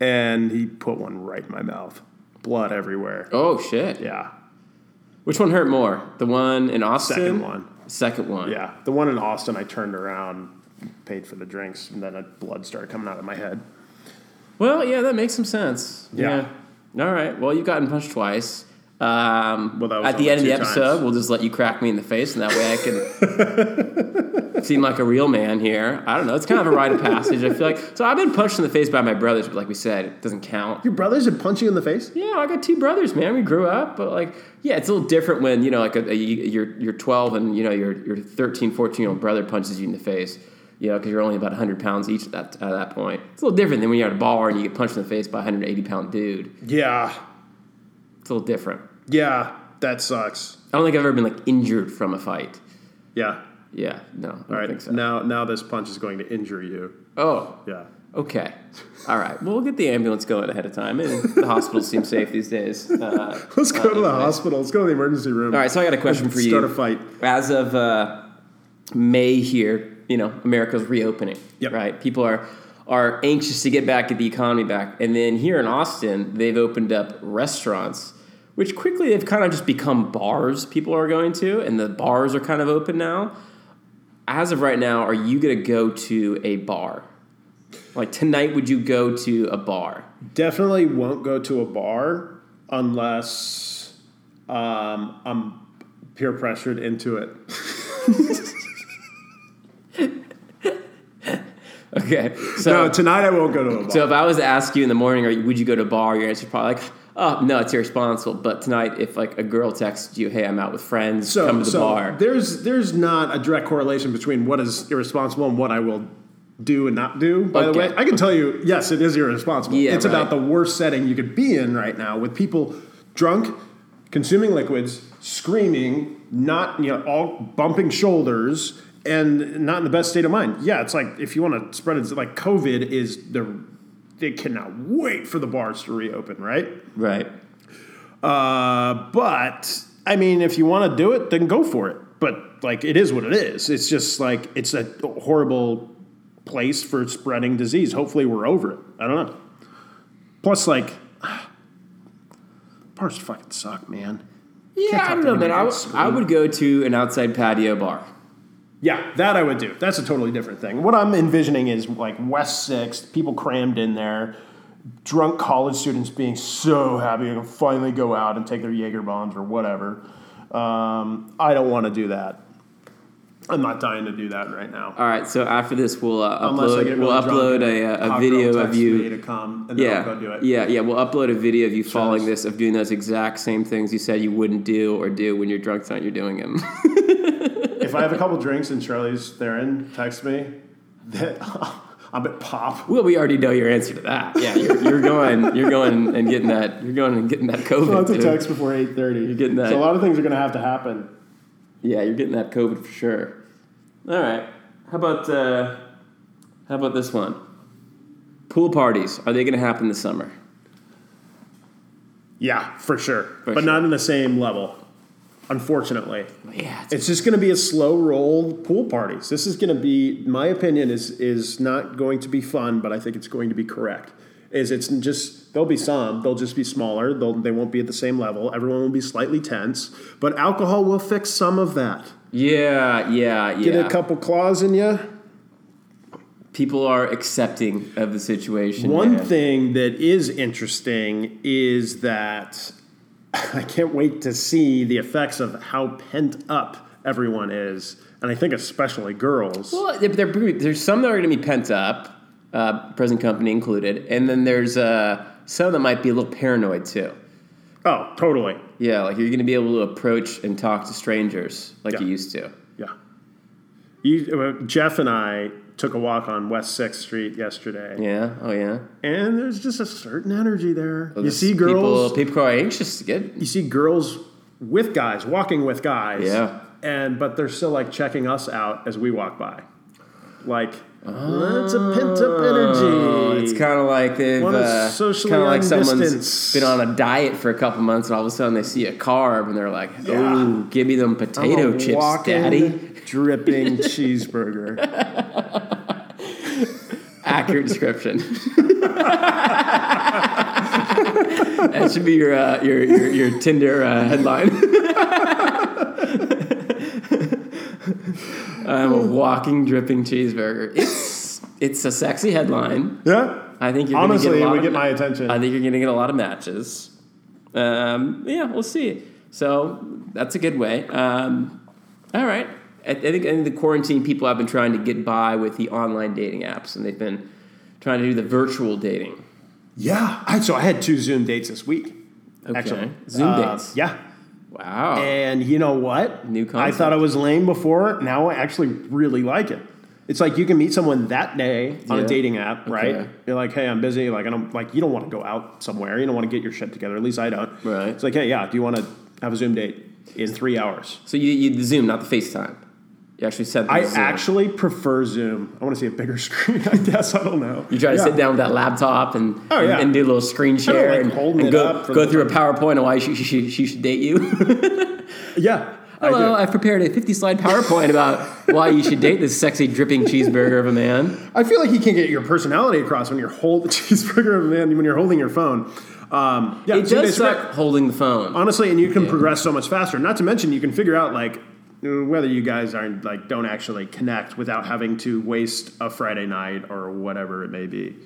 [SPEAKER 2] And he put one right in my mouth. Blood everywhere.
[SPEAKER 1] oh shit!
[SPEAKER 2] Yeah.
[SPEAKER 1] Which one hurt more? The one in Austin.
[SPEAKER 2] Second one.
[SPEAKER 1] Second one.
[SPEAKER 2] Yeah. The one in Austin, I turned around, paid for the drinks, and then blood started coming out of my head.
[SPEAKER 1] Well, yeah, that makes some sense.
[SPEAKER 2] Yeah.
[SPEAKER 1] All right. Well, you've gotten punched twice. Um,
[SPEAKER 2] Well, that was
[SPEAKER 1] at the
[SPEAKER 2] only
[SPEAKER 1] end of the
[SPEAKER 2] two times.
[SPEAKER 1] episode, we'll just let you crack me in the face, and that way I can
[SPEAKER 2] *laughs*
[SPEAKER 1] seem like a real man here. I don't know. It's kind of a rite of passage. I feel like so. I've been punched in the face by my brothers, but like we said, it doesn't count.
[SPEAKER 2] Your brothers would punch you in the face?
[SPEAKER 1] Yeah, I got two brothers, man. We grew up, but like, yeah, it's a little different when you know, like, a, a, you're you're 12 and you know your your 13, 14 year old brother punches you in the face. You know, because you're only about 100 pounds each at that, at that point. It's a little different than when you're at a bar and you get punched in the face by a 180 pound dude.
[SPEAKER 2] Yeah.
[SPEAKER 1] It's a little different.
[SPEAKER 2] Yeah. That sucks.
[SPEAKER 1] I don't think I've ever been like injured from a fight.
[SPEAKER 2] Yeah.
[SPEAKER 1] Yeah, no, I don't
[SPEAKER 2] All right.
[SPEAKER 1] think so.
[SPEAKER 2] Now now this punch is going to injure you.
[SPEAKER 1] Oh,
[SPEAKER 2] Yeah.
[SPEAKER 1] okay. All right. Well, we'll get the ambulance going ahead of time. And the hospitals seem safe these days. Uh,
[SPEAKER 2] *laughs* Let's go to the
[SPEAKER 1] anyways.
[SPEAKER 2] hospital. Let's go to the emergency room.
[SPEAKER 1] all right. So I got a question for you.
[SPEAKER 2] Start a fight.
[SPEAKER 1] as of uh, May here, you know, America's reopening,
[SPEAKER 2] Yep.
[SPEAKER 1] right? People are are anxious to get back at the economy back, and then here in Austin, they've opened up restaurants, which quickly have kind of just become bars. People are going to, and the bars are kind of open now. As of right now, are you going to go to a bar? Like tonight, would you go to a bar?
[SPEAKER 2] Definitely won't go to a bar unless um, I'm peer pressured into it.
[SPEAKER 1] Okay, so
[SPEAKER 2] No, tonight I won't go to a bar.
[SPEAKER 1] So if I was to ask you in the morning, or would you go to a bar? Your answer's probably like, oh no, it's irresponsible. But tonight, if like a girl texts you, hey, I'm out with friends,
[SPEAKER 2] so,
[SPEAKER 1] come to the
[SPEAKER 2] so
[SPEAKER 1] bar.
[SPEAKER 2] There's there's not a direct correlation between what is irresponsible and what I will do and not do. By the
[SPEAKER 1] Okay.
[SPEAKER 2] way, I can tell you, yes, it is irresponsible.
[SPEAKER 1] Yeah,
[SPEAKER 2] it's about
[SPEAKER 1] right.
[SPEAKER 2] the worst setting you could be in right now with people drunk, consuming liquids, screaming, not you know all bumping shoulders. And not in the best state of mind. Yeah, it's like if you want to spread it, it's like COVID is the, they cannot wait for the bars to reopen, right?
[SPEAKER 1] right.
[SPEAKER 2] Uh, but I mean, if you want to do it, then go for it. But like, it is what it is. It's just like it's a horrible place for spreading disease. Hopefully, we're over it. I don't know. Plus, like, *sighs* bars fucking suck, man.
[SPEAKER 1] Yeah, I
[SPEAKER 2] talk
[SPEAKER 1] don't
[SPEAKER 2] to
[SPEAKER 1] know, man. I
[SPEAKER 2] anybody
[SPEAKER 1] would- I would go to an outside patio bar.
[SPEAKER 2] Yeah, that I would do. That's a totally different thing. What I'm envisioning is like West Sixth, people crammed in there, drunk college students being so happy they can finally go out and take their Jaeger bombs or whatever. Um, I don't want to do that. I'm not dying to do that right now.
[SPEAKER 1] All right, so after this, we'll uh,
[SPEAKER 2] Unless I
[SPEAKER 1] upload.
[SPEAKER 2] get really
[SPEAKER 1] we'll
[SPEAKER 2] drunk
[SPEAKER 1] upload
[SPEAKER 2] and
[SPEAKER 1] a, uh, a
[SPEAKER 2] Hot
[SPEAKER 1] video
[SPEAKER 2] girl
[SPEAKER 1] of
[SPEAKER 2] texts
[SPEAKER 1] you.
[SPEAKER 2] me to come, and then I'll
[SPEAKER 1] Yeah,
[SPEAKER 2] go do it.
[SPEAKER 1] yeah, yeah. We'll upload a video of you following
[SPEAKER 2] Sounds-
[SPEAKER 1] this, of doing those exact same things you said you wouldn't do or do when you're drunk tonight. You're doing them.
[SPEAKER 2] If I have a couple drinks and Charlie's therein, text me. *laughs* That I'm at
[SPEAKER 1] *laughs*
[SPEAKER 2] pop.
[SPEAKER 1] well, we already know your answer to that. Yeah, you're, you're going, you're going and getting that, you're going and getting that COVID.
[SPEAKER 2] Lots of
[SPEAKER 1] dude.
[SPEAKER 2] text before eight thirty. You're
[SPEAKER 1] getting that.
[SPEAKER 2] So a lot of things are going to have to happen.
[SPEAKER 1] Yeah, you're getting that COVID for sure. All right. How about uh, how about this one? Pool parties are they going to happen this summer?
[SPEAKER 2] Yeah, for sure, but
[SPEAKER 1] sure.
[SPEAKER 2] not in the same level. Unfortunately,
[SPEAKER 1] Yeah, it's,
[SPEAKER 2] it's just going to be a slow roll pool parties. This is going to be, my opinion is is not going to be fun, but I think it's going to be correct. Is it's just there'll be some, they'll just be smaller. They'll they won't be at the same level. Everyone will be slightly tense, but alcohol will fix some of that.
[SPEAKER 1] yeah, yeah,
[SPEAKER 2] Get
[SPEAKER 1] yeah.
[SPEAKER 2] a couple claws in you.
[SPEAKER 1] People are accepting of the situation.
[SPEAKER 2] One
[SPEAKER 1] yeah.
[SPEAKER 2] thing that is interesting is that *laughs* I can't wait to see the effects of how pent up everyone is, and I think especially girls.
[SPEAKER 1] Well, there, there- there's some that are going to be pent up, uh, present company included, and then there's uh, some that might be a little paranoid too.
[SPEAKER 2] Oh, totally.
[SPEAKER 1] Yeah, like you're going to be able to approach and talk to strangers like
[SPEAKER 2] Yeah.
[SPEAKER 1] you used to.
[SPEAKER 2] Yeah. You, uh, Jeff and I took a walk on West Sixth Street yesterday,
[SPEAKER 1] Yeah. Oh yeah. Oh,
[SPEAKER 2] and there's just a certain energy there. you
[SPEAKER 1] There's
[SPEAKER 2] see girls.
[SPEAKER 1] People, people are anxious to get
[SPEAKER 2] You see girls with guys walking with guys.
[SPEAKER 1] Yeah.
[SPEAKER 2] And but they're still like checking us out as we walk by, like that's a pent up
[SPEAKER 1] Oh,
[SPEAKER 2] energy.
[SPEAKER 1] It's kind of like they've
[SPEAKER 2] Mm. Wanna
[SPEAKER 1] uh,
[SPEAKER 2] socially
[SPEAKER 1] kind of like someone's
[SPEAKER 2] distance.
[SPEAKER 1] been on a diet for a couple months, and all of a sudden they see a carb, and they're like, "Oh, give me them
[SPEAKER 2] I'm a
[SPEAKER 1] potato chips,
[SPEAKER 2] walking, *laughs*
[SPEAKER 1] daddy." *laughs*
[SPEAKER 2] dripping cheeseburger.
[SPEAKER 1] Accurate description.
[SPEAKER 2] *laughs*
[SPEAKER 1] that should be your uh, your, your your Tinder uh, headline. *laughs* I'm a walking, dripping cheeseburger. It's it's a sexy headline.
[SPEAKER 2] Yeah.
[SPEAKER 1] I think you're gonna
[SPEAKER 2] Honestly,
[SPEAKER 1] get a
[SPEAKER 2] it
[SPEAKER 1] lot
[SPEAKER 2] would
[SPEAKER 1] of
[SPEAKER 2] get
[SPEAKER 1] ma-
[SPEAKER 2] my attention.
[SPEAKER 1] I think you're going to get a lot of matches. Um, yeah, we'll see. So that's a good way. Um, all right. I, I think I think the quarantine people have been trying to get by with the online dating apps, and they've been trying to do the virtual dating.
[SPEAKER 2] yeah. I, so I had two Zoom dates this week.
[SPEAKER 1] Okay.
[SPEAKER 2] Actually,
[SPEAKER 1] Zoom
[SPEAKER 2] Uh,
[SPEAKER 1] dates.
[SPEAKER 2] Yeah.
[SPEAKER 1] Wow.
[SPEAKER 2] And you know what?
[SPEAKER 1] New
[SPEAKER 2] I
[SPEAKER 1] concept.
[SPEAKER 2] thought I was lame before. Now I actually really like it. It's like you can meet someone that day on
[SPEAKER 1] Yeah.
[SPEAKER 2] a dating app, right?
[SPEAKER 1] Okay.
[SPEAKER 2] You're like, hey, I'm busy. Like, I don't like you don't want to go out somewhere. You don't want to get your shit together. At least I don't.
[SPEAKER 1] Right.
[SPEAKER 2] It's like, hey, yeah, do you want to have a Zoom date in three hours?
[SPEAKER 1] so you, you the Zoom, not the FaceTime. You actually said
[SPEAKER 2] I
[SPEAKER 1] Zoom.
[SPEAKER 2] actually prefer Zoom. I want to see a bigger *laughs* screen. I guess I don't know.
[SPEAKER 1] You try to
[SPEAKER 2] Yeah.
[SPEAKER 1] sit down with that laptop and,
[SPEAKER 2] Oh,
[SPEAKER 1] and-
[SPEAKER 2] yeah.
[SPEAKER 1] and do a little screen share
[SPEAKER 2] like
[SPEAKER 1] and,
[SPEAKER 2] holding
[SPEAKER 1] and
[SPEAKER 2] it
[SPEAKER 1] go,
[SPEAKER 2] up for
[SPEAKER 1] go
[SPEAKER 2] the-
[SPEAKER 1] through a PowerPoint on why she, she, she should date you. *laughs*
[SPEAKER 2] Yeah. I do.
[SPEAKER 1] Hello, I've prepared a 50 slide PowerPoint about why you should date this sexy, dripping cheeseburger of a man.
[SPEAKER 2] I feel like you can't get your personality across when you're holding *laughs* cheeseburger man when you're holding your phone. Um, yeah,
[SPEAKER 1] It
[SPEAKER 2] two
[SPEAKER 1] does
[SPEAKER 2] days straight.
[SPEAKER 1] suck holding the phone.
[SPEAKER 2] honestly, and you can progress so much faster. Not to mention, you can figure out like whether you guys aren't like don't actually connect without having to waste a Friday night or whatever it may be.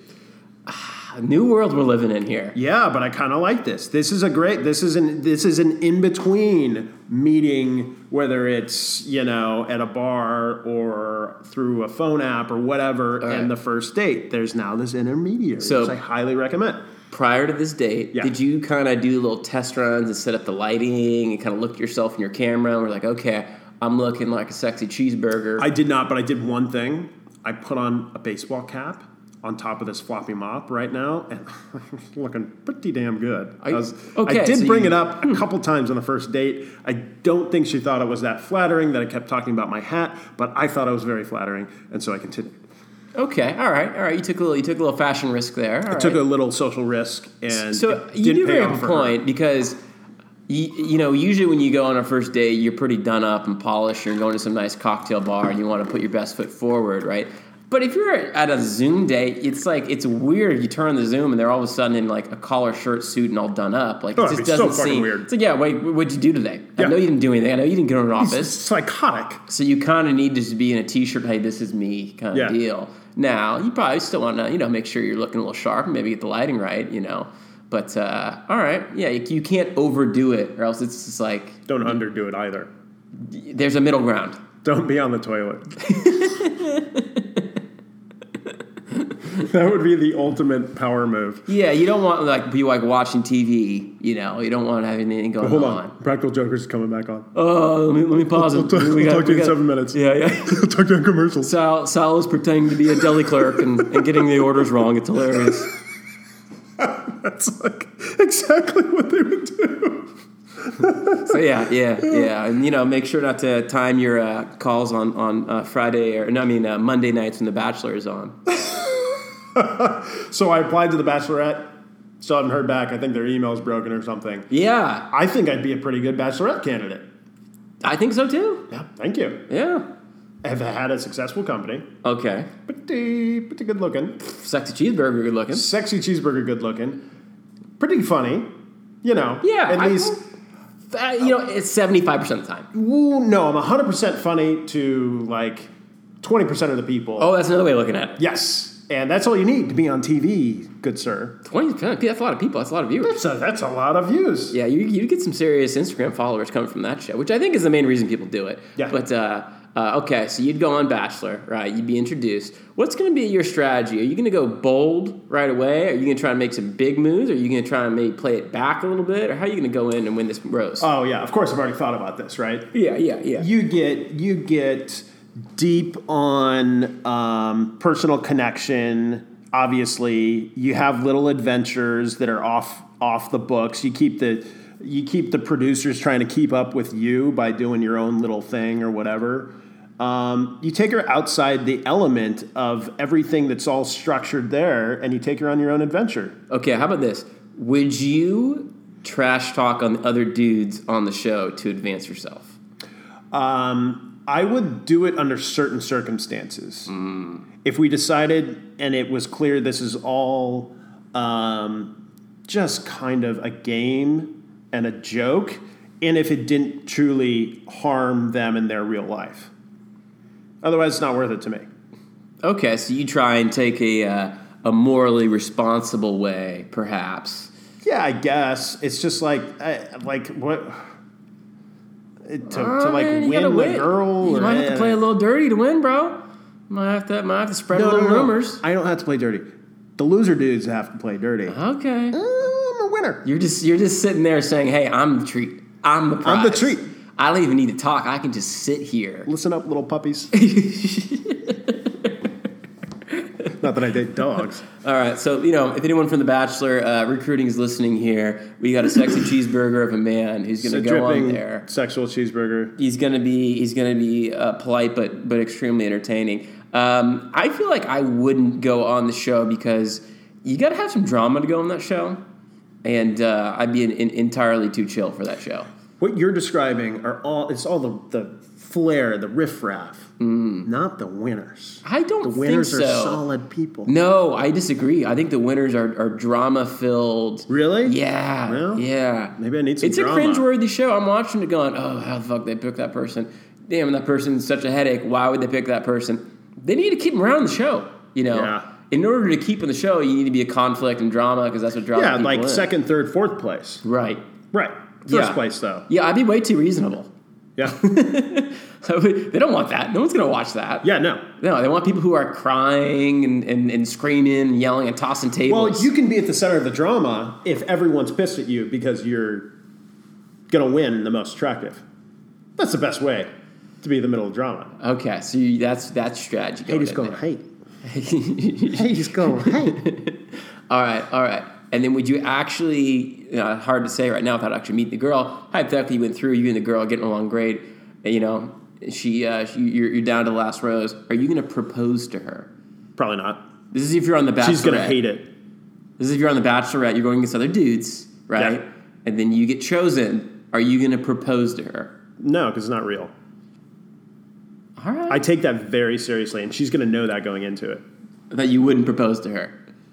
[SPEAKER 1] A new world we're living in here.
[SPEAKER 2] Yeah, but I kind of like this. This is a great. This is an this is an in between meeting, whether it's you know at a bar or through a phone app or whatever,
[SPEAKER 1] right.
[SPEAKER 2] and the first date. There's now this intermediary,
[SPEAKER 1] So-
[SPEAKER 2] which I highly recommend.
[SPEAKER 1] Prior to this date,
[SPEAKER 2] Yeah.
[SPEAKER 1] did you kind of do little test runs and set up the lighting and kind of look at yourself in your camera and were like, okay, I'm looking like a sexy cheeseburger?
[SPEAKER 2] I did not, but I did one thing. I put on a baseball cap on top of this floppy mop right now, and *laughs* looking pretty damn good.
[SPEAKER 1] you-
[SPEAKER 2] I, was,
[SPEAKER 1] okay,
[SPEAKER 2] I did
[SPEAKER 1] so
[SPEAKER 2] bring
[SPEAKER 1] you-
[SPEAKER 2] it up a couple times on the first date. I don't think she thought it was that flattering that I kept talking about my hat, but I thought it was very flattering, and so I continued.
[SPEAKER 1] okay, all right, all right. You took a little, you took a little fashion risk there. All right.
[SPEAKER 2] Took a little social risk, and
[SPEAKER 1] So
[SPEAKER 2] it
[SPEAKER 1] you
[SPEAKER 2] didn't
[SPEAKER 1] do
[SPEAKER 2] pay
[SPEAKER 1] bring up
[SPEAKER 2] off
[SPEAKER 1] a
[SPEAKER 2] for her.
[SPEAKER 1] point because you, you know usually when you go on a first date you're pretty done up and polished. You're going to some nice cocktail bar and you want to put your best foot forward, right? But if you're at a Zoom day, it's like it's weird. You turn on the Zoom and they're all of a sudden in like a collar, shirt, suit, and all done up. Like it
[SPEAKER 2] Oh,
[SPEAKER 1] just
[SPEAKER 2] it's so
[SPEAKER 1] doesn't
[SPEAKER 2] fucking
[SPEAKER 1] seem
[SPEAKER 2] weird.
[SPEAKER 1] It's like yeah, wait, what'd you do today?
[SPEAKER 2] Yeah.
[SPEAKER 1] I know you didn't do anything. I know you didn't get in an
[SPEAKER 2] It's
[SPEAKER 1] office.
[SPEAKER 2] psychotic.
[SPEAKER 1] So you kind of need to just be in a T-shirt. Hey, this is me, kind of
[SPEAKER 2] Yeah.
[SPEAKER 1] deal. Now you probably still want to you know make sure you're looking a little sharp and maybe get the lighting right. You know, but uh, all right, yeah, you, you can't overdo it or else it's just like
[SPEAKER 2] Don't underdo it either.
[SPEAKER 1] there's a middle ground.
[SPEAKER 2] Don't be on the toilet. that would be the ultimate power move.
[SPEAKER 1] Yeah, you don't want like be like watching TV. You know, you don't want to have anything going
[SPEAKER 2] Hold on. Practical Joker's coming back on. *laughs*
[SPEAKER 1] Oh, let me, let me pause it.
[SPEAKER 2] We'll talk- we'll talk to you in seven minutes.
[SPEAKER 1] Yeah, yeah. *laughs*
[SPEAKER 2] Talk to you on commercials.
[SPEAKER 1] Sal, Sal is pretending to be a deli clerk and, and getting the orders wrong. It's hilarious.
[SPEAKER 2] That's like exactly what they would do.
[SPEAKER 1] So yeah, yeah, yeah. And you know, make sure not to time your uh, calls on on uh, Friday or no, I mean uh, Monday nights when The Bachelor is on.
[SPEAKER 2] So I applied to the Bachelorette. Still haven't heard back. I think their email's broken or something.
[SPEAKER 1] Yeah,
[SPEAKER 2] I think I'd be a pretty good Bachelorette candidate.
[SPEAKER 1] I think so too.
[SPEAKER 2] Yeah, thank you.
[SPEAKER 1] Yeah.
[SPEAKER 2] Have had a successful company.
[SPEAKER 1] Okay.
[SPEAKER 2] Pretty, pretty good looking.
[SPEAKER 1] Sexy cheeseburger, good looking.
[SPEAKER 2] Sexy cheeseburger, good looking. Pretty funny. You know.
[SPEAKER 1] Yeah,
[SPEAKER 2] At
[SPEAKER 1] I-
[SPEAKER 2] least.
[SPEAKER 1] Uh, you know, it's seventy five percent of the time.
[SPEAKER 2] Ooh, no, I'm 100% funny to like 20% of the people.
[SPEAKER 1] Oh, that's another way of looking at it.
[SPEAKER 2] Yes. And that's all you need to be on TV, good sir.
[SPEAKER 1] Twenty percent. That's a lot of people. That's a lot of viewers.
[SPEAKER 2] That's a, that's a lot of views.
[SPEAKER 1] Yeah, you you get some serious Instagram followers coming from that show, which I think is the main reason people do it.
[SPEAKER 2] Yeah.
[SPEAKER 1] But uh, uh, okay, so you'd go on Bachelor, right? You'd be introduced. What's going to be your strategy? Are you going to go bold right away? Are you going to try and make some big moves? Are you going to try and maybe play it back a little bit? Or how are you going to go in and win this rose?
[SPEAKER 2] Oh, yeah. Of course, I've already thought about this, right?
[SPEAKER 1] yeah, yeah, yeah.
[SPEAKER 2] You get, you get deep on um, personal connection, obviously. You have little adventures that are off, off the books. You keep the, you keep the producers trying to keep up with you by doing your own little thing or whatever. um, you take her outside the element of everything that's all structured there and you take her on your own adventure.
[SPEAKER 1] okay, how about this? Would you trash talk on the other dudes on the show to advance yourself?
[SPEAKER 2] Um, I would do it under certain circumstances. If we decided and it was clear this is all um, just kind of a game and a joke, and if it didn't truly harm them in their real life. Otherwise, it's not worth it to me.
[SPEAKER 1] Okay, so you try and take a uh, a morally responsible way, perhaps.
[SPEAKER 2] Yeah, I guess it's just like I, like what it- to, to
[SPEAKER 1] Alright,
[SPEAKER 2] like
[SPEAKER 1] Uh, Oh, you
[SPEAKER 2] win
[SPEAKER 1] gotta
[SPEAKER 2] the
[SPEAKER 1] win.
[SPEAKER 2] girl.
[SPEAKER 1] You
[SPEAKER 2] or,
[SPEAKER 1] might have to play a little dirty to win, bro. Might have to, might have to spread a little rumors. Uh-huh.
[SPEAKER 2] I don't have to play dirty. The loser dudes have to play dirty.
[SPEAKER 1] Okay,
[SPEAKER 2] I'm a winner.
[SPEAKER 1] you're just you're just sitting there saying, "Hey, I'm the treat. I'm the prize.
[SPEAKER 2] I'm the treat."
[SPEAKER 1] I don't even need to talk. I can just sit here." *laughs*
[SPEAKER 2] Listen up, little puppies. Not that I
[SPEAKER 1] *laughs*
[SPEAKER 2] date dogs.
[SPEAKER 1] All right, so you know, if anyone from The Bachelor uh, recruiting is listening here, we got a sexy *laughs* cheeseburger of a man who's going
[SPEAKER 2] It's a
[SPEAKER 1] to go on
[SPEAKER 2] dripping
[SPEAKER 1] there.
[SPEAKER 2] sexual cheeseburger.
[SPEAKER 1] he's gonna be he's gonna be uh, polite but but extremely entertaining. Um, I feel like I wouldn't go on the show because you gotta have some drama to go on that show, and uh, I'd be in, in, entirely too chill for that show.
[SPEAKER 2] What you're describing are all it's all the the flair, the riffraff, not the winners.
[SPEAKER 1] I don't
[SPEAKER 2] The winners
[SPEAKER 1] Mm. think so.
[SPEAKER 2] are solid people.
[SPEAKER 1] No, I disagree. I think the winners are, are drama filled.
[SPEAKER 2] Really?
[SPEAKER 1] Yeah.
[SPEAKER 2] Well,
[SPEAKER 1] yeah.
[SPEAKER 2] maybe I need some
[SPEAKER 1] It's
[SPEAKER 2] drama.
[SPEAKER 1] a cringeworthy show. I'm watching it going, oh, how the fuck they picked that person. Damn, that person's such a headache. Why would they pick that person? They need to keep them around the show, you know?
[SPEAKER 2] Yeah.
[SPEAKER 1] In order to keep on the show, you need to be a conflict and drama because that's what drama
[SPEAKER 2] Yeah,
[SPEAKER 1] people
[SPEAKER 2] like
[SPEAKER 1] in.
[SPEAKER 2] second, third, fourth place.
[SPEAKER 1] Right.
[SPEAKER 2] Right. First
[SPEAKER 1] Yeah.
[SPEAKER 2] place though.
[SPEAKER 1] *laughs* Yeah, I'd be way too reasonable. *laughs*
[SPEAKER 2] Yeah.
[SPEAKER 1] I would- they don't want that. No one's going to watch that.
[SPEAKER 2] yeah, no.
[SPEAKER 1] No, they want people who are crying and, and, and screaming and yelling and tossing tables.
[SPEAKER 2] Well, you can be at the center of the drama if everyone's pissed at you because you're going to win the most attractive. That's the best way to be the middle of drama.
[SPEAKER 1] Okay, so you, that's that's strategy. Going in *laughs* there.
[SPEAKER 2] hate. Haters
[SPEAKER 1] *laughs*
[SPEAKER 2] going hate.
[SPEAKER 1] all right, all right. And then would you actually? You know, hard to say right now without actually meeting the girl. Hypothetically, you went through you and the girl getting along great. And, you know, she, uh, she you're, you're down to the last rose. Are you going to propose to her?
[SPEAKER 2] Probably not.
[SPEAKER 1] This is if you're on the Bachelorette.
[SPEAKER 2] She's going to hate it.
[SPEAKER 1] This is if you're on the Bachelorette. You're going against other dudes, right?
[SPEAKER 2] Yeah.
[SPEAKER 1] And then you get chosen. Are you going to propose to her?
[SPEAKER 2] No, because it's not real.
[SPEAKER 1] All right.
[SPEAKER 2] I take that very seriously, and she's going to know that going into it.
[SPEAKER 1] that you wouldn't propose to her.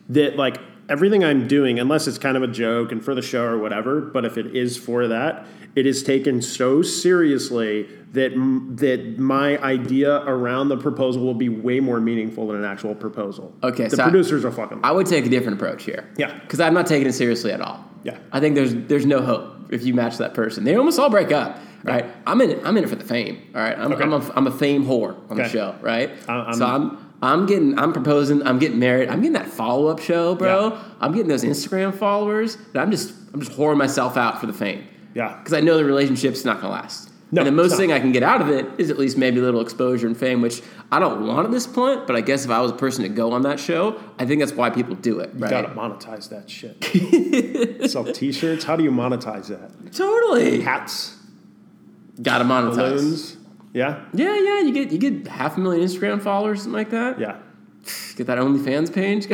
[SPEAKER 2] That like everything I'm doing, unless it's kind of a joke and for the show or whatever, but if it is for that, it is taken so seriously that m- that my idea around the proposal will be way more meaningful than an actual proposal.
[SPEAKER 1] Okay,
[SPEAKER 2] the
[SPEAKER 1] so I-
[SPEAKER 2] producers are fucking.
[SPEAKER 1] I would take a different approach here.
[SPEAKER 2] Yeah.
[SPEAKER 1] Because I'm not taking it seriously at all.
[SPEAKER 2] Yeah.
[SPEAKER 1] I think there's there's no hope if you match that person. They almost all break up. Right. I'm in it. I'm in it for the fame. All right. I'm
[SPEAKER 2] Okay.
[SPEAKER 1] I'm, a, I'm a fame whore on the
[SPEAKER 2] Okay.
[SPEAKER 1] show. Right.
[SPEAKER 2] I- I'm-
[SPEAKER 1] so I'm I'm getting I'm proposing. I'm getting married. I'm getting that follow up show, bro.
[SPEAKER 2] Yeah.
[SPEAKER 1] I'm getting those Instagram followers. And I'm just I'm just whoring myself out for the fame.
[SPEAKER 2] yeah,
[SPEAKER 1] Because I know the relationship's not going to last.
[SPEAKER 2] No,
[SPEAKER 1] and the most
[SPEAKER 2] it's not.
[SPEAKER 1] thing I can get out of it is at least maybe a little exposure and fame, which I don't want at this point. But I guess if I was a person to go on that show, I think that's why people do it. Right?
[SPEAKER 2] gotta monetize that
[SPEAKER 1] *laughs*
[SPEAKER 2] shit. Sell T-shirts. How do you monetize that?
[SPEAKER 1] Totally.
[SPEAKER 2] Hats,
[SPEAKER 1] Gotta monetize.
[SPEAKER 2] balloons. Yeah,
[SPEAKER 1] Yeah, yeah. You get you get half a million Instagram followers, something like that.
[SPEAKER 2] *laughs* yeah.
[SPEAKER 1] Get that OnlyFans page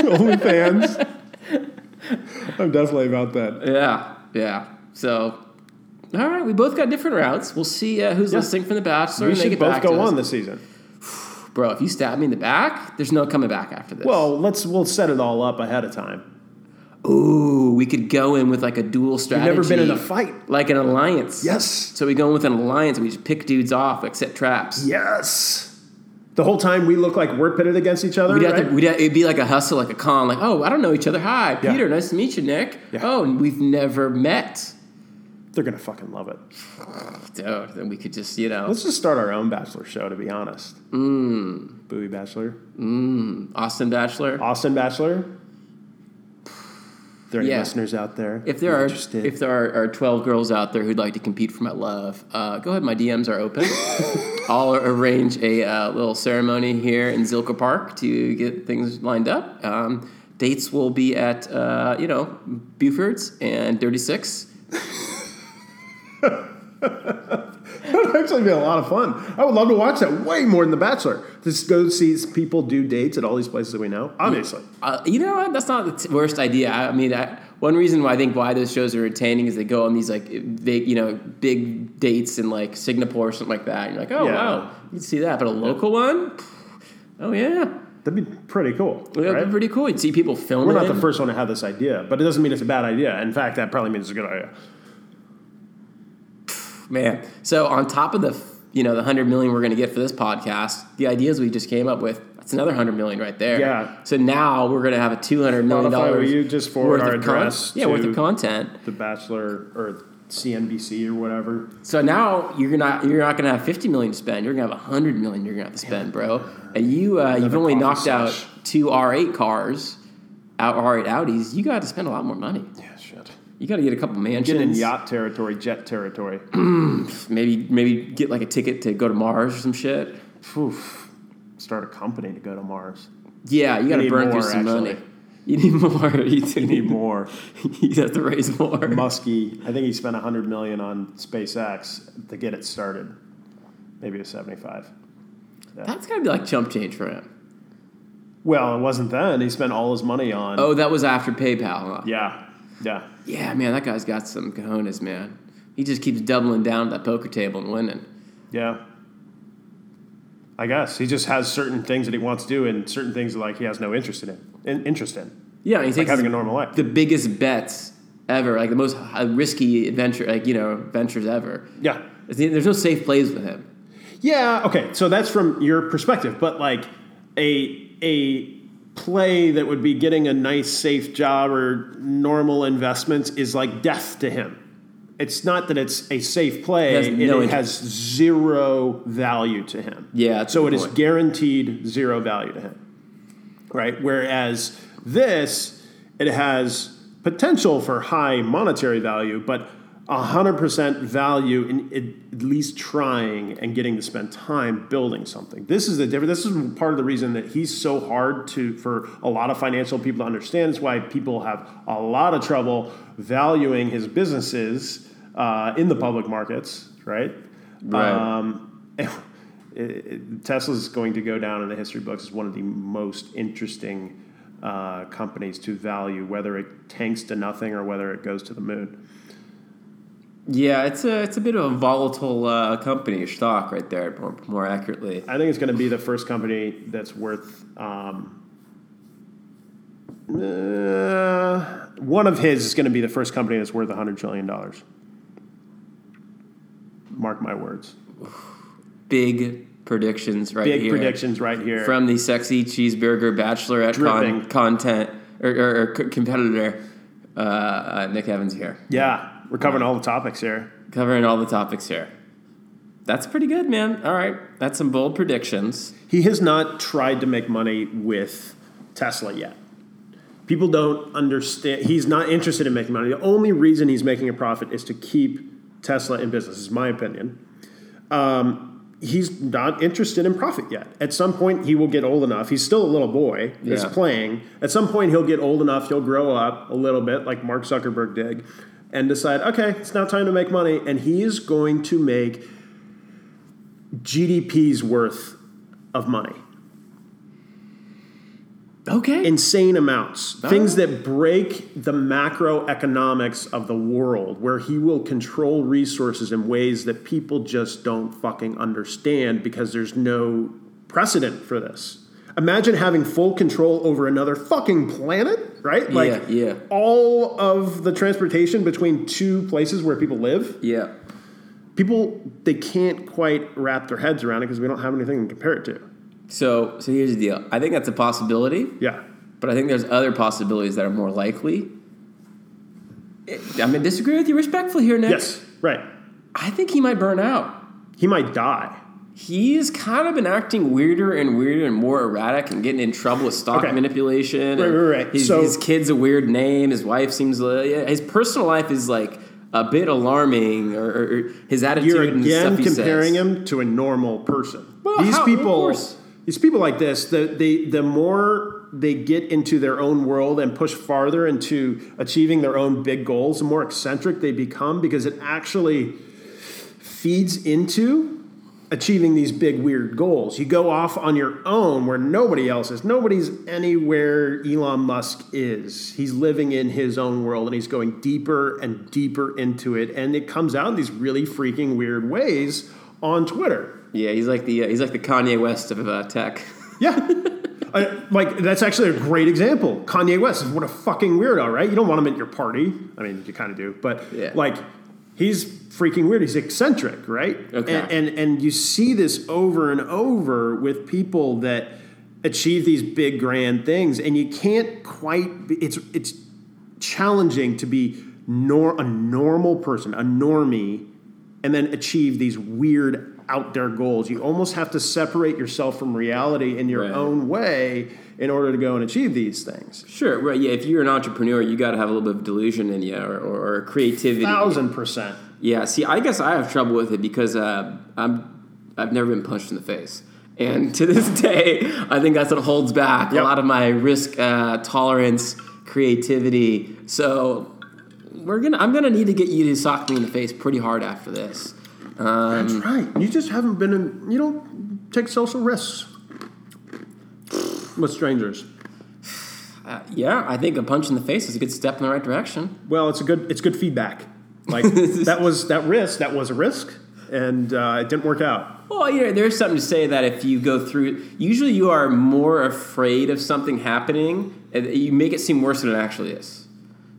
[SPEAKER 1] *laughs* going.
[SPEAKER 2] OnlyFans. I'm definitely about that.
[SPEAKER 1] yeah, yeah. So, all right, we both got different routes. We'll see uh, who's
[SPEAKER 2] Yeah.
[SPEAKER 1] listening from The Bachelor.
[SPEAKER 2] We
[SPEAKER 1] and they
[SPEAKER 2] should
[SPEAKER 1] get
[SPEAKER 2] both
[SPEAKER 1] back to
[SPEAKER 2] go
[SPEAKER 1] us.
[SPEAKER 2] on this season.
[SPEAKER 1] bro. If you stab me in the back, there's no coming back after this.
[SPEAKER 2] Well, let's we'll set it all up ahead of time.
[SPEAKER 1] ooh, we could go in with like a dual
[SPEAKER 2] You've
[SPEAKER 1] strategy.
[SPEAKER 2] never been in a fight.
[SPEAKER 1] like an alliance.
[SPEAKER 2] Yes.
[SPEAKER 1] So we go in with an alliance and we just pick dudes off, like set traps.
[SPEAKER 2] Yes. The whole time we look like we're pitted against each other,
[SPEAKER 1] We'd have
[SPEAKER 2] right?
[SPEAKER 1] to, we'd have, it'd be like a hustle, like a con, like, oh, I don't know each other. Hi,
[SPEAKER 2] Yeah.
[SPEAKER 1] Peter, nice to meet you, Nick.
[SPEAKER 2] Yeah.
[SPEAKER 1] Oh, and we've never met.
[SPEAKER 2] They're gonna fucking love it.
[SPEAKER 1] Dude, then we could just, you know,
[SPEAKER 2] Let's just start our own bachelor show. To be honest,
[SPEAKER 1] Mm.
[SPEAKER 2] Bowie Bachelor,
[SPEAKER 1] Austin Bachelor.
[SPEAKER 2] Austin Bachelor. There are any
[SPEAKER 1] Yeah.
[SPEAKER 2] listeners out there?
[SPEAKER 1] If there
[SPEAKER 2] who
[SPEAKER 1] are
[SPEAKER 2] interested,
[SPEAKER 1] if there are, are twelve girls out there who'd like to compete for my love, uh, go ahead. My DMs are
[SPEAKER 2] *laughs*
[SPEAKER 1] open. I'll arrange a uh, little ceremony here in Zilker Park to get things lined up. Um, dates will be at uh, you know Buford's and Dirty Six.
[SPEAKER 2] that would actually be a lot of fun. I would love to watch that way more than The Bachelor. Just go see people do dates at all these places that we know. Obviously,
[SPEAKER 1] Uh, you know what? That's not the t- worst idea. I mean, I, one reason why I think why those shows are entertaining is they go on these like big, you know, big dates in like Singapore or something like that. And you're like, oh
[SPEAKER 2] Yeah.
[SPEAKER 1] wow, you can see that. But a local one, Pff, oh yeah,
[SPEAKER 2] that'd be pretty cool.
[SPEAKER 1] that'd
[SPEAKER 2] right?
[SPEAKER 1] be pretty cool. You'd see people filming.
[SPEAKER 2] We're not the first one to have this idea, but it doesn't mean it's a bad idea. In fact, that probably means it's a good idea.
[SPEAKER 1] man. So on top of the f- you know the hundred million we're going to get for this podcast, the ideas we just came up with. That's another hundred million right there.
[SPEAKER 2] Yeah.
[SPEAKER 1] So now we're going to have a two hundred million
[SPEAKER 2] Spotify, will
[SPEAKER 1] dollars.
[SPEAKER 2] you just forward our
[SPEAKER 1] of con-
[SPEAKER 2] address
[SPEAKER 1] yeah, worth
[SPEAKER 2] to-
[SPEAKER 1] of content.
[SPEAKER 2] The Bachelor or CNBC or whatever.
[SPEAKER 1] So now you're not you're not gonna have fifty million to spend. You're gonna have hundred million. You're gonna have to spend, bro. And you uh, you've only
[SPEAKER 2] coffee
[SPEAKER 1] knocked
[SPEAKER 2] sesh.
[SPEAKER 1] out two R eight cars, out R eight Audis. You got to spend a lot more money.
[SPEAKER 2] Yeah, shit.
[SPEAKER 1] You got to get a couple
[SPEAKER 2] Get in
[SPEAKER 1] mansions.
[SPEAKER 2] yacht territory, jet territory. *clears throat*
[SPEAKER 1] Maybe maybe get like a ticket to go to Mars or some shit.
[SPEAKER 2] Oof. Start a company to go to Mars.
[SPEAKER 1] Yeah, you got to
[SPEAKER 2] need
[SPEAKER 1] burn
[SPEAKER 2] more,
[SPEAKER 1] through some
[SPEAKER 2] actually.
[SPEAKER 1] money. *laughs* You need more. *laughs* You do
[SPEAKER 2] *laughs* Need
[SPEAKER 1] need more.
[SPEAKER 2] more.
[SPEAKER 1] you have to raise more.
[SPEAKER 2] Muskie, I think he spent 100 million on SpaceX to get it started. Maybe it was 75.
[SPEAKER 1] That's gotta be like chump change for him.
[SPEAKER 2] Well, it wasn't then. He spent all his money on.
[SPEAKER 1] Oh, that was after PayPal. Huh?
[SPEAKER 2] Yeah. Yeah.
[SPEAKER 1] Yeah, man, that guy's got some cojones, man. He just keeps doubling down at that poker table and winning.
[SPEAKER 2] Yeah. I guess he just has certain things that he wants to do, and certain things that, like he has no interest in. in interest in
[SPEAKER 1] Yeah, he takes
[SPEAKER 2] having a
[SPEAKER 1] his-
[SPEAKER 2] normal life.
[SPEAKER 1] the biggest bets ever, like the most uh, risky adventure, like you know, ventures ever.
[SPEAKER 2] Yeah.
[SPEAKER 1] There's no safe plays with him.
[SPEAKER 2] Yeah. Okay. So that's from your perspective, but like a a play that would be getting a nice safe job or normal investments is like death to him. It's not that it's a safe play;
[SPEAKER 1] It has no
[SPEAKER 2] it has zero value to him.
[SPEAKER 1] Yeah, that's a
[SPEAKER 2] So
[SPEAKER 1] good
[SPEAKER 2] it is
[SPEAKER 1] point.
[SPEAKER 2] guaranteed zero value to him. right? Whereas this, it has potential for high monetary value, but 100% value in at- at least trying and getting to spend time building something. This is the difference. This is part of the reason that he's so hard to for a lot of financial people to understand. It's why people have a lot of trouble valuing his businesses uh, in the public markets, right?
[SPEAKER 1] Right.
[SPEAKER 2] Um, it- it- Tesla's going to go down in the history books as one of the most interesting uh, companies to value, whether it tanks to nothing or whether it goes to the moon.
[SPEAKER 1] Yeah, it's a it's a bit of a volatile uh, company stock right there. More, more accurately,
[SPEAKER 2] I think it's going to be the first company that's worth um, uh, one of his is going to be the first company that's worth hundred trillion dollars. Mark my words.
[SPEAKER 1] big predictions right
[SPEAKER 2] Big
[SPEAKER 1] here
[SPEAKER 2] predictions right here.
[SPEAKER 1] from the sexy cheeseburger bachelorette con-
[SPEAKER 2] Dripping.
[SPEAKER 1] content or, or, or c- competitor uh, uh, Nick Evans here,
[SPEAKER 2] yeah, we're covering all the topics here.
[SPEAKER 1] covering all the topics here. That's pretty good, man. All right, that's some bold predictions.
[SPEAKER 2] He has not tried to make money with Tesla yet. People don't understand. He's not interested in making money. The only reason he's making a profit is to keep Tesla in business, is my opinion. Um, he's not interested in profit yet. At some point, he will get old enough. He's still a little boy. He's
[SPEAKER 1] Yeah.
[SPEAKER 2] playing. At some point, he'll get old enough. He'll grow up a little bit, like Mark Zuckerberg did, and decide, okay, it's now time to make money. And he is going to make GDP's worth of money
[SPEAKER 1] Okay,
[SPEAKER 2] insane amounts things that break the macroeconomics of the world where he will control resources in ways that people just don't fucking understand because there's no precedent for this imagine having full control over another fucking planet right like
[SPEAKER 1] yeah.
[SPEAKER 2] all of the transportation between two places where people live
[SPEAKER 1] yeah.
[SPEAKER 2] people they can't quite wrap their heads around it because we don't have anything to compare it to
[SPEAKER 1] So so here's the deal. I think that's a possibility.
[SPEAKER 2] yeah
[SPEAKER 1] But I think there's other possibilities that are more likely. I- I'm going to disagree with you respectfully here, Nick.
[SPEAKER 2] yes right
[SPEAKER 1] I think he might burn out.
[SPEAKER 2] he might die
[SPEAKER 1] He's kind of been acting weirder and weirder and more erratic and getting in trouble with stock
[SPEAKER 2] Okay.
[SPEAKER 1] manipulation.
[SPEAKER 2] Right,
[SPEAKER 1] and
[SPEAKER 2] right, right.
[SPEAKER 1] His,
[SPEAKER 2] So-
[SPEAKER 1] his kid's a weird name. His wife seems, uh, yeah, his personal life is like a bit alarming or, or- or his attitude
[SPEAKER 2] you're
[SPEAKER 1] and the stuff
[SPEAKER 2] again
[SPEAKER 1] he says.
[SPEAKER 2] comparing him to a normal person.
[SPEAKER 1] Well,
[SPEAKER 2] these
[SPEAKER 1] how- of
[SPEAKER 2] people,
[SPEAKER 1] course.
[SPEAKER 2] these people like this, the they the more they get into their own world and push farther into achieving their own big goals, the more eccentric they become because it actually feeds into achieving these big weird goals. You go off on your own where nobody else is. Nobody's anywhere Elon Musk is. He's living in his own world and he's going deeper and deeper into it and it comes out in these really freaking weird ways on Twitter.
[SPEAKER 1] Yeah, he's like the uh, he's like the Kanye West of uh, tech. *laughs*
[SPEAKER 2] Yeah. I- like that's actually a great example. Kanye West is what a fucking weirdo, right? You don't want him at your party. I mean, you kind of do, but
[SPEAKER 1] Yeah.
[SPEAKER 2] like he's freaking weird. He's eccentric, right?
[SPEAKER 1] Okay.
[SPEAKER 2] And, and and you see this over and over with people that achieve these big grand things, and you can't quite. Be, it's it's challenging to be nor a normal person, a normie, and then achieve these weird out there goals. You almost have to separate yourself from reality in your
[SPEAKER 1] Right.
[SPEAKER 2] own way in order to go and achieve these things.
[SPEAKER 1] Sure, right. Yeah, if you're an entrepreneur, you got to have a little bit of delusion in you or, or, or creativity.
[SPEAKER 2] Thousand percent.
[SPEAKER 1] Yeah, see, I guess I have trouble with it because uh, I'm I've never been punched in the face, and to this *laughs* day, I think that's what holds back
[SPEAKER 2] Yep.
[SPEAKER 1] a lot of my risk uh, tolerance, creativity. So we're gonna I'm gonna need to get you to sock me in the face pretty hard after this. Um,
[SPEAKER 2] That's right. You just haven't been in. You don't take social risks with strangers.
[SPEAKER 1] uh, yeah, I think a punch in the face is a good step in the right direction.
[SPEAKER 2] Well, it's a good. It's good feedback. Like that was that risk. That was a risk, and uh, it didn't work out.
[SPEAKER 1] Well, you know, there's something to say that if you go through, usually you are more afraid of something happening, and you make it seem worse than it actually is.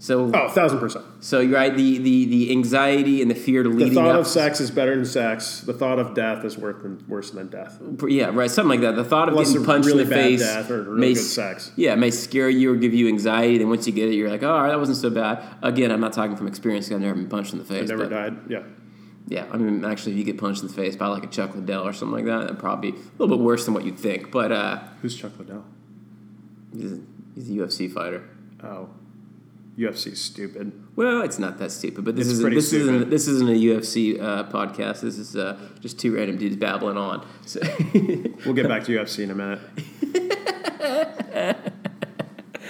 [SPEAKER 1] So
[SPEAKER 2] Oh, thousand percent.
[SPEAKER 1] So you're right. The the the anxiety and the fear
[SPEAKER 2] The
[SPEAKER 1] leading
[SPEAKER 2] thought
[SPEAKER 1] up.
[SPEAKER 2] of sex is better than sex. The thought of death is worse than worse than death.
[SPEAKER 1] yeah, right. Something like that. The thought of
[SPEAKER 2] Unless
[SPEAKER 1] getting
[SPEAKER 2] a
[SPEAKER 1] punched
[SPEAKER 2] really
[SPEAKER 1] in the
[SPEAKER 2] bad
[SPEAKER 1] face
[SPEAKER 2] death or really
[SPEAKER 1] may
[SPEAKER 2] good
[SPEAKER 1] s-
[SPEAKER 2] sex.
[SPEAKER 1] Yeah, may scare you or give you anxiety. Then once you get it, you're like, oh, all right, that wasn't so bad. Again, I'm not talking from experience. 'cause I've never been punched in the face.
[SPEAKER 2] Never
[SPEAKER 1] but-
[SPEAKER 2] died. Yeah.
[SPEAKER 1] Yeah, I mean, actually, if you get punched in the face by like a Chuck Liddell or something like that, that'd probably be a little bit worse than what you'd think. But uh,
[SPEAKER 2] Who's Chuck Liddell?
[SPEAKER 1] he's, a, he's a UFC fighter.
[SPEAKER 2] Oh, UFC's stupid.
[SPEAKER 1] Well, it's not that stupid, but this
[SPEAKER 2] It's
[SPEAKER 1] isn't
[SPEAKER 2] pretty
[SPEAKER 1] this
[SPEAKER 2] stupid.
[SPEAKER 1] isn't this isn't a UFC uh, podcast. This is uh, just two random dudes babbling on. *laughs* So.
[SPEAKER 2] We'll get back to UFC in
[SPEAKER 1] *laughs*
[SPEAKER 2] a minute.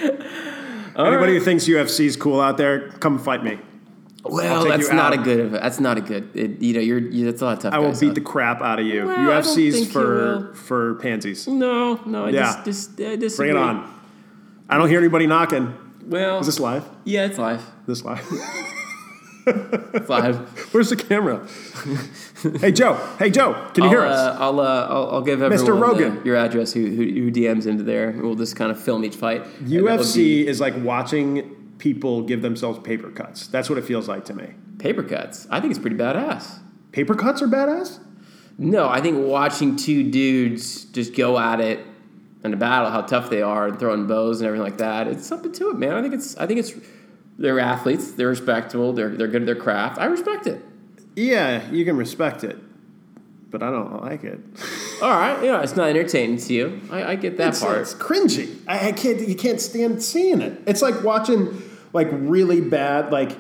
[SPEAKER 2] Anybody who thinks UFC's cool out there, come fight me. I'll
[SPEAKER 1] Well,
[SPEAKER 2] take
[SPEAKER 1] that's
[SPEAKER 2] you
[SPEAKER 1] not
[SPEAKER 2] out.
[SPEAKER 1] a good. That's not a good. It, you know, you're. You, that's a lot of tough.
[SPEAKER 2] I will
[SPEAKER 1] guys
[SPEAKER 2] beat
[SPEAKER 1] out.
[SPEAKER 2] the crap out of you.
[SPEAKER 1] Well, I don't think
[SPEAKER 2] UFC's
[SPEAKER 1] you Mm-hmm.
[SPEAKER 2] for for pansies.
[SPEAKER 1] No, no. I
[SPEAKER 2] Yeah.
[SPEAKER 1] yeah. just, just I disagree.
[SPEAKER 2] Bring it on. I don't hear anybody knocking.
[SPEAKER 1] Well,
[SPEAKER 2] Is this live? *laughs*
[SPEAKER 1] yeah, it's live.
[SPEAKER 2] This live? *laughs*
[SPEAKER 1] Five.
[SPEAKER 2] Where's
[SPEAKER 1] *laughs*
[SPEAKER 2] the camera? hey Joe. Hey Joe. Can you
[SPEAKER 1] I'll,
[SPEAKER 2] hear us?
[SPEAKER 1] uh, I'll, uh, I'll I'll give everyone
[SPEAKER 2] Rogan.
[SPEAKER 1] the- your address who, who who DMs into there. We'll just kind of film each fight. And it'll
[SPEAKER 2] UFC is like watching people give themselves paper cuts. That's what it feels like to me.
[SPEAKER 1] be paper cuts. I think it's pretty badass.
[SPEAKER 2] Paper cuts are badass.
[SPEAKER 1] No, I think watching two dudes just go at it in a battle, how tough they are, and throwing bows and everything like that, it's something to it, man. I think it's I think it's they're athletes, they're respectable, they're they're good at their craft. I respect it.
[SPEAKER 2] Yeah, you can respect it, but I don't like it.
[SPEAKER 1] All right, you know, it's not entertaining to you. I, I get that
[SPEAKER 2] It's,
[SPEAKER 1] part.
[SPEAKER 2] it's cringy. I, I can't. You can't stand seeing it. It's like watching like really bad like.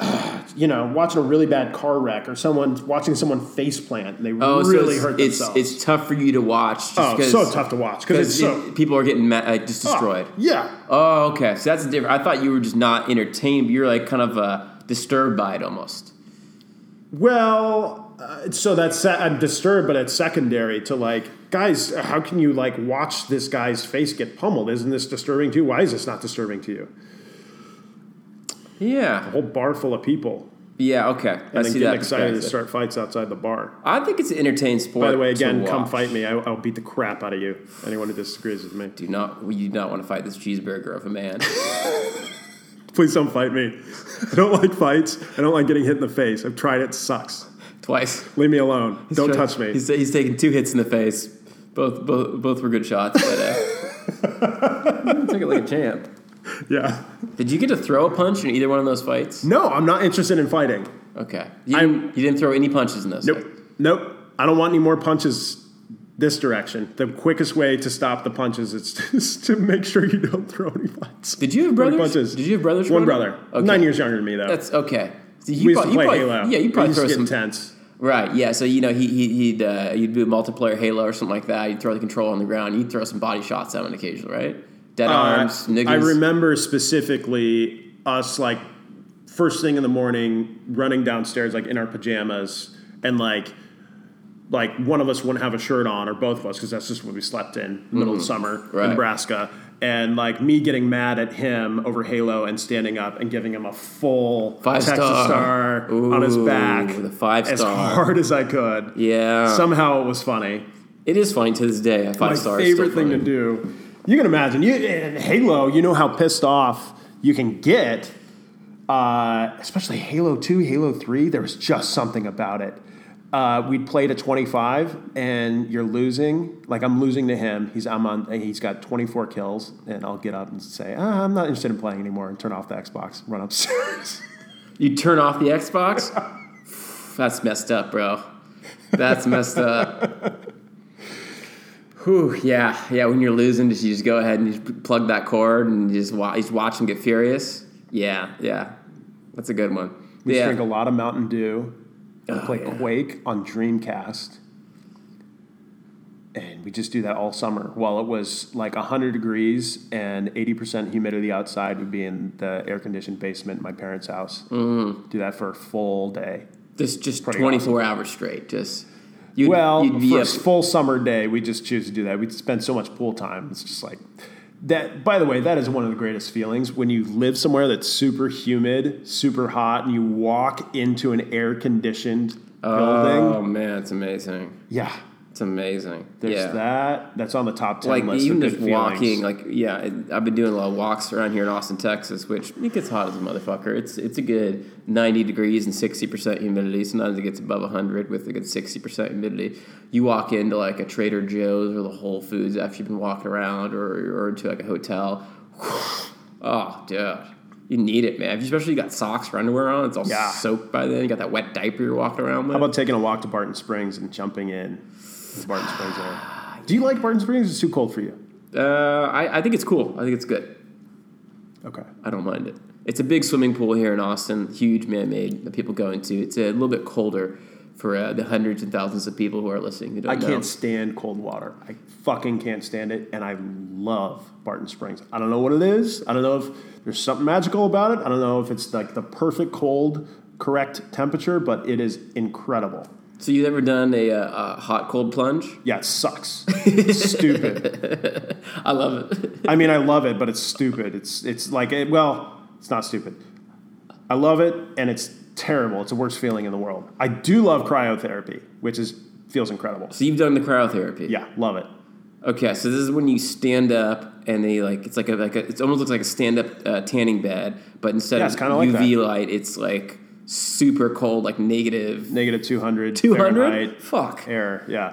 [SPEAKER 2] *sighs* You know, watching a really bad car wreck or someone watching someone face plant and they
[SPEAKER 1] oh, so
[SPEAKER 2] really
[SPEAKER 1] it's,
[SPEAKER 2] hurt
[SPEAKER 1] it's
[SPEAKER 2] themselves.
[SPEAKER 1] it's tough for you to watch. Just
[SPEAKER 2] oh,
[SPEAKER 1] 'cause-
[SPEAKER 2] so tough to watch because it's
[SPEAKER 1] Because
[SPEAKER 2] so
[SPEAKER 1] it- people are getting ma- uh, just
[SPEAKER 2] oh,
[SPEAKER 1] destroyed.
[SPEAKER 2] yeah,
[SPEAKER 1] Oh, okay. So that's different. I thought you were just not entertained. But you're like kind of uh, disturbed by it almost.
[SPEAKER 2] Well, uh, so that's se- I'm disturbed, but it's secondary to like, guys, how can you like watch this guy's face get pummeled? Isn't this disturbing to you? Why is this not disturbing to you?
[SPEAKER 1] Yeah.
[SPEAKER 2] A whole bar full of people
[SPEAKER 1] Yeah. Okay. I
[SPEAKER 2] and then
[SPEAKER 1] see
[SPEAKER 2] getting
[SPEAKER 1] that.
[SPEAKER 2] excited to
[SPEAKER 1] perspective.
[SPEAKER 2] start fights outside the bar.
[SPEAKER 1] I think it's an entertaining sport.
[SPEAKER 2] By the
[SPEAKER 1] to
[SPEAKER 2] way, again, come
[SPEAKER 1] watch.
[SPEAKER 2] fight me. I, I'll beat the crap out of you. Anyone who disagrees with me,
[SPEAKER 1] Do not. You do not want to fight this cheeseburger of a man. *laughs*
[SPEAKER 2] please don't fight me. *laughs* I don't like fights. I don't like getting hit in the face. I've tried it. Sucks.
[SPEAKER 1] Twice.
[SPEAKER 2] Leave me alone. don't
[SPEAKER 1] He's try-
[SPEAKER 2] touch me.
[SPEAKER 1] He's, he's taken two hits in the face. Both both both were good shots. But, uh,
[SPEAKER 2] *laughs*
[SPEAKER 1] took it like a champ.
[SPEAKER 2] yeah.
[SPEAKER 1] Did you get to throw a punch in either one of those fights?
[SPEAKER 2] No, I'm not interested in fighting.
[SPEAKER 1] Okay. You
[SPEAKER 2] I'm-
[SPEAKER 1] didn't, you didn't throw any punches in those.
[SPEAKER 2] Nope.
[SPEAKER 1] fights.
[SPEAKER 2] Nope. I don't want any more punches this direction. The quickest way to stop the punches is just to *laughs* make sure you don't throw any punches.
[SPEAKER 1] Did you have
[SPEAKER 2] Throw any
[SPEAKER 1] brothers?
[SPEAKER 2] punches.
[SPEAKER 1] Did you have brothers?
[SPEAKER 2] One
[SPEAKER 1] growing
[SPEAKER 2] brother.
[SPEAKER 1] up? Okay.
[SPEAKER 2] Nine years younger than me, though.
[SPEAKER 1] That's okay. So you
[SPEAKER 2] we used
[SPEAKER 1] prob-
[SPEAKER 2] to play
[SPEAKER 1] you probably,
[SPEAKER 2] Halo.
[SPEAKER 1] Yeah, you
[SPEAKER 2] we
[SPEAKER 1] probably
[SPEAKER 2] used
[SPEAKER 1] throw
[SPEAKER 2] to get
[SPEAKER 1] some.
[SPEAKER 2] intense.
[SPEAKER 1] Right. Yeah. So you know he, he he'd uh, you'd do multiplayer Halo or something like that. You'd throw the controller on the ground. You'd throw some body shots at him occasionally, right? Dead arms,
[SPEAKER 2] Uh,
[SPEAKER 1] niggas.
[SPEAKER 2] I remember specifically us like first thing in the morning running downstairs like in our pajamas and like like one of us wouldn't have a shirt on or both of us because that's just what we slept in middle of summer
[SPEAKER 1] Mm-hmm. Right.
[SPEAKER 2] in Nebraska and like me getting mad at him over Halo and standing up and giving him a full
[SPEAKER 1] Five
[SPEAKER 2] Texas
[SPEAKER 1] star.
[SPEAKER 2] star on his
[SPEAKER 1] Ooh,
[SPEAKER 2] back
[SPEAKER 1] the five
[SPEAKER 2] as
[SPEAKER 1] star.
[SPEAKER 2] hard as I could.
[SPEAKER 1] Yeah.
[SPEAKER 2] Somehow it was funny
[SPEAKER 1] it is funny to this day. A Five
[SPEAKER 2] my
[SPEAKER 1] stars.
[SPEAKER 2] favorite thing to do. You can imagine you in Halo. You know how pissed off you can get, uh, especially Halo Two, Halo Three. There was just something about it. Uh, we'd played a twenty-five, and you're losing. Like I'm losing to him. He's I'm on. He's got twenty-four kills, and I'll get up and say, ah, I'm not interested in playing anymore, and turn off the Xbox, run upstairs. *laughs*
[SPEAKER 1] You turn off the Xbox. That's messed up, bro. That's messed up.
[SPEAKER 2] *laughs*
[SPEAKER 1] Whew, yeah, yeah. When you're losing, just you just go ahead and you just plug that cord and you just watch, just watch them get furious. Yeah, yeah. That's a good one.
[SPEAKER 2] We
[SPEAKER 1] yeah.
[SPEAKER 2] drink a lot of Mountain Dew. And
[SPEAKER 1] Oh,
[SPEAKER 2] play
[SPEAKER 1] yeah.
[SPEAKER 2] Quake on Dreamcast. And we just do that all summer. While it was like 100 degrees and 80% humidity outside, would be in the air conditioned basement at my parents' house.
[SPEAKER 1] Mm-hmm.
[SPEAKER 2] Do that for a full day.
[SPEAKER 1] Just just
[SPEAKER 2] Pretty
[SPEAKER 1] 24 hours straight. Just you'd,
[SPEAKER 2] well,
[SPEAKER 1] you'd be
[SPEAKER 2] for a
[SPEAKER 1] up.
[SPEAKER 2] full summer day, we just choose to do that. We'd spend so much pool time. It's just like that. By the way, that is one of the greatest feelings when you live somewhere that's super humid, super hot, and you walk into an air conditioned building.
[SPEAKER 1] Oh man, it's amazing.
[SPEAKER 2] Yeah,
[SPEAKER 1] It's amazing.
[SPEAKER 2] there's
[SPEAKER 1] yeah.
[SPEAKER 2] that. That's on the top ten
[SPEAKER 1] Like
[SPEAKER 2] list.
[SPEAKER 1] even
[SPEAKER 2] of
[SPEAKER 1] just
[SPEAKER 2] good feelings.
[SPEAKER 1] walking, like yeah, it- I've been doing a lot of walks around here in Austin, Texas, which it gets hot as a motherfucker. It's it's a good ninety degrees and sixty percent humidity. Sometimes it gets above hundred with a good sixty percent humidity. You walk into like a Trader Joe's or the Whole Foods after you've been walking around, or or into like a hotel. *sighs* Oh, dude. You need it, man. Especially you got socks or underwear on. It's all
[SPEAKER 2] Yeah.
[SPEAKER 1] soaked by then. You got that wet diaper you're walking around with.
[SPEAKER 2] How about taking a walk to Barton Springs and jumping in? to Barton Springs
[SPEAKER 1] *sighs*
[SPEAKER 2] area. Do you like Barton Springs? It's too cold for you.
[SPEAKER 1] uh, I, I think it's cool. I think it's good.
[SPEAKER 2] Okay.
[SPEAKER 1] I don't mind it. It's a big swimming pool here in Austin, huge man-made that people go into. It's a little bit colder for uh, the hundreds and thousands of people who are listening who don't
[SPEAKER 2] I
[SPEAKER 1] know.
[SPEAKER 2] can't stand cold water. I fucking can't stand it, and I love Barton Springs. I don't know what it is. I don't know if there's something magical about it. I don't know if it's like the perfect cold, correct temperature, but it is incredible.
[SPEAKER 1] So you've ever done a, uh, uh hot cold plunge?
[SPEAKER 2] Yeah, it sucks.
[SPEAKER 1] *laughs*
[SPEAKER 2] It's stupid.
[SPEAKER 1] I love it.
[SPEAKER 2] I mean, I love it, but it's stupid. It's it's like it, well, it's not stupid. I love it, and it's terrible. It's the worst feeling in the world. I do love cryotherapy, which is feels incredible.
[SPEAKER 1] *laughs* So you've done the cryotherapy.
[SPEAKER 2] Yeah, love it.
[SPEAKER 1] Okay, so this is when you stand up and they like it's like a like a, it almost looks like a stand up uh, tanning bed, but instead
[SPEAKER 2] Yeah,
[SPEAKER 1] of
[SPEAKER 2] it's kinda like
[SPEAKER 1] UV
[SPEAKER 2] that.
[SPEAKER 1] light, it's like super cold, like negative
[SPEAKER 2] Negative 200
[SPEAKER 1] two hundred.
[SPEAKER 2] Fahrenheit
[SPEAKER 1] Fuck.
[SPEAKER 2] air. Yeah.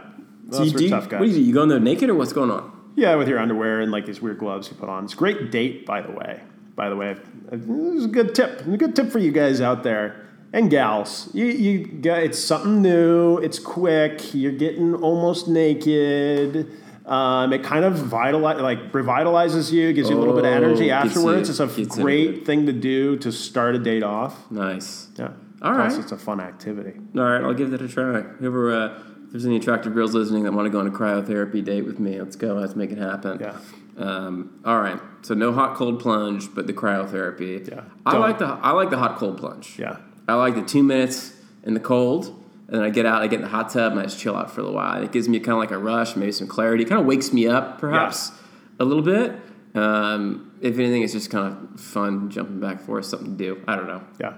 [SPEAKER 1] So
[SPEAKER 2] Those
[SPEAKER 1] you
[SPEAKER 2] were
[SPEAKER 1] do,
[SPEAKER 2] tough guys.
[SPEAKER 1] What do you do? You go in there naked or what's going on?
[SPEAKER 2] Yeah, with your underwear and like these weird gloves you put on. It's a great date, by the way. By the way, I've- I've- this is a good tip. A good tip for you guys out there and gals. You, you got, it's something new. It's quick. You're getting almost naked. Um, it kind of vitali like revitalizes you. Gives you a little bit of energy
[SPEAKER 1] Oh, gets you-
[SPEAKER 2] afterwards. it's a
[SPEAKER 1] gets in
[SPEAKER 2] great
[SPEAKER 1] good.
[SPEAKER 2] thing to do to start a date off.
[SPEAKER 1] Nice.
[SPEAKER 2] Yeah.
[SPEAKER 1] All
[SPEAKER 2] Plus,
[SPEAKER 1] right.
[SPEAKER 2] it's a fun activity.
[SPEAKER 1] All right, I'll give that a try. Whoever, uh, if there's any attractive girls listening that want to go on a cryotherapy date with me, let's go. Let's make it happen.
[SPEAKER 2] Yeah.
[SPEAKER 1] Um, all right. So no hot cold plunge, but the cryotherapy.
[SPEAKER 2] Yeah.
[SPEAKER 1] I
[SPEAKER 2] Don't.
[SPEAKER 1] like the I like the hot cold plunge.
[SPEAKER 2] Yeah.
[SPEAKER 1] I like the two minutes in the cold, and then I get out, I get in the hot tub, and I just chill out for a little while. And it gives me kind of like a rush, maybe some clarity. It kind of wakes me up, perhaps, a little bit. Um, if anything, it's just kind of fun jumping back and forth, something to do. I don't know.
[SPEAKER 2] Yeah.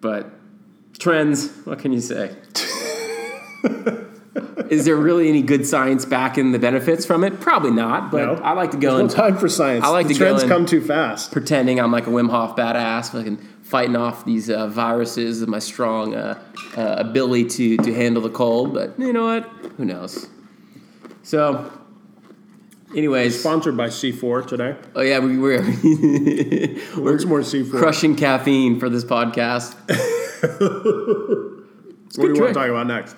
[SPEAKER 1] But trends, what can you say? Is there really any good science back in the benefits from it? Probably not, but
[SPEAKER 2] No.
[SPEAKER 1] I like to go
[SPEAKER 2] No
[SPEAKER 1] and
[SPEAKER 2] time for science.
[SPEAKER 1] I like
[SPEAKER 2] the
[SPEAKER 1] to go
[SPEAKER 2] trends
[SPEAKER 1] in-
[SPEAKER 2] come too fast.
[SPEAKER 1] pretending I'm like a Wim Hof badass, fucking fighting off these uh, viruses with my strong uh, uh, ability to, to handle the cold. But you know what? Who knows? So, anyways, oh
[SPEAKER 2] Sponsored by C4 today.
[SPEAKER 1] yeah, we, we're *laughs* we're
[SPEAKER 2] What's more C4? *laughs*
[SPEAKER 1] crushing caffeine for this podcast. It's a
[SPEAKER 2] What do
[SPEAKER 1] good
[SPEAKER 2] you want
[SPEAKER 1] trick.
[SPEAKER 2] to talk about next?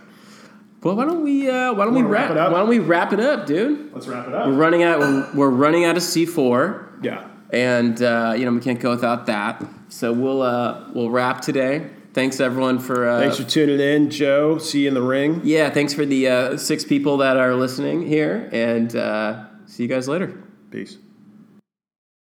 [SPEAKER 1] Well, why don't we uh, why don't we
[SPEAKER 2] Wanna wrap
[SPEAKER 1] wrap,
[SPEAKER 2] it up?
[SPEAKER 1] why don't we wrap it up, dude?
[SPEAKER 2] Let's wrap it
[SPEAKER 1] We're
[SPEAKER 2] up.
[SPEAKER 1] running out. We're, we're running out of C four.
[SPEAKER 2] Yeah.
[SPEAKER 1] and uh, you know we can't go without that. So we'll uh, we'll wrap today. Thanks everyone for uh,
[SPEAKER 2] Thanks for tuning in, Joe. See you in the ring.
[SPEAKER 1] yeah. Thanks for the uh, six people that are listening here, and uh, see you guys later.
[SPEAKER 2] Peace.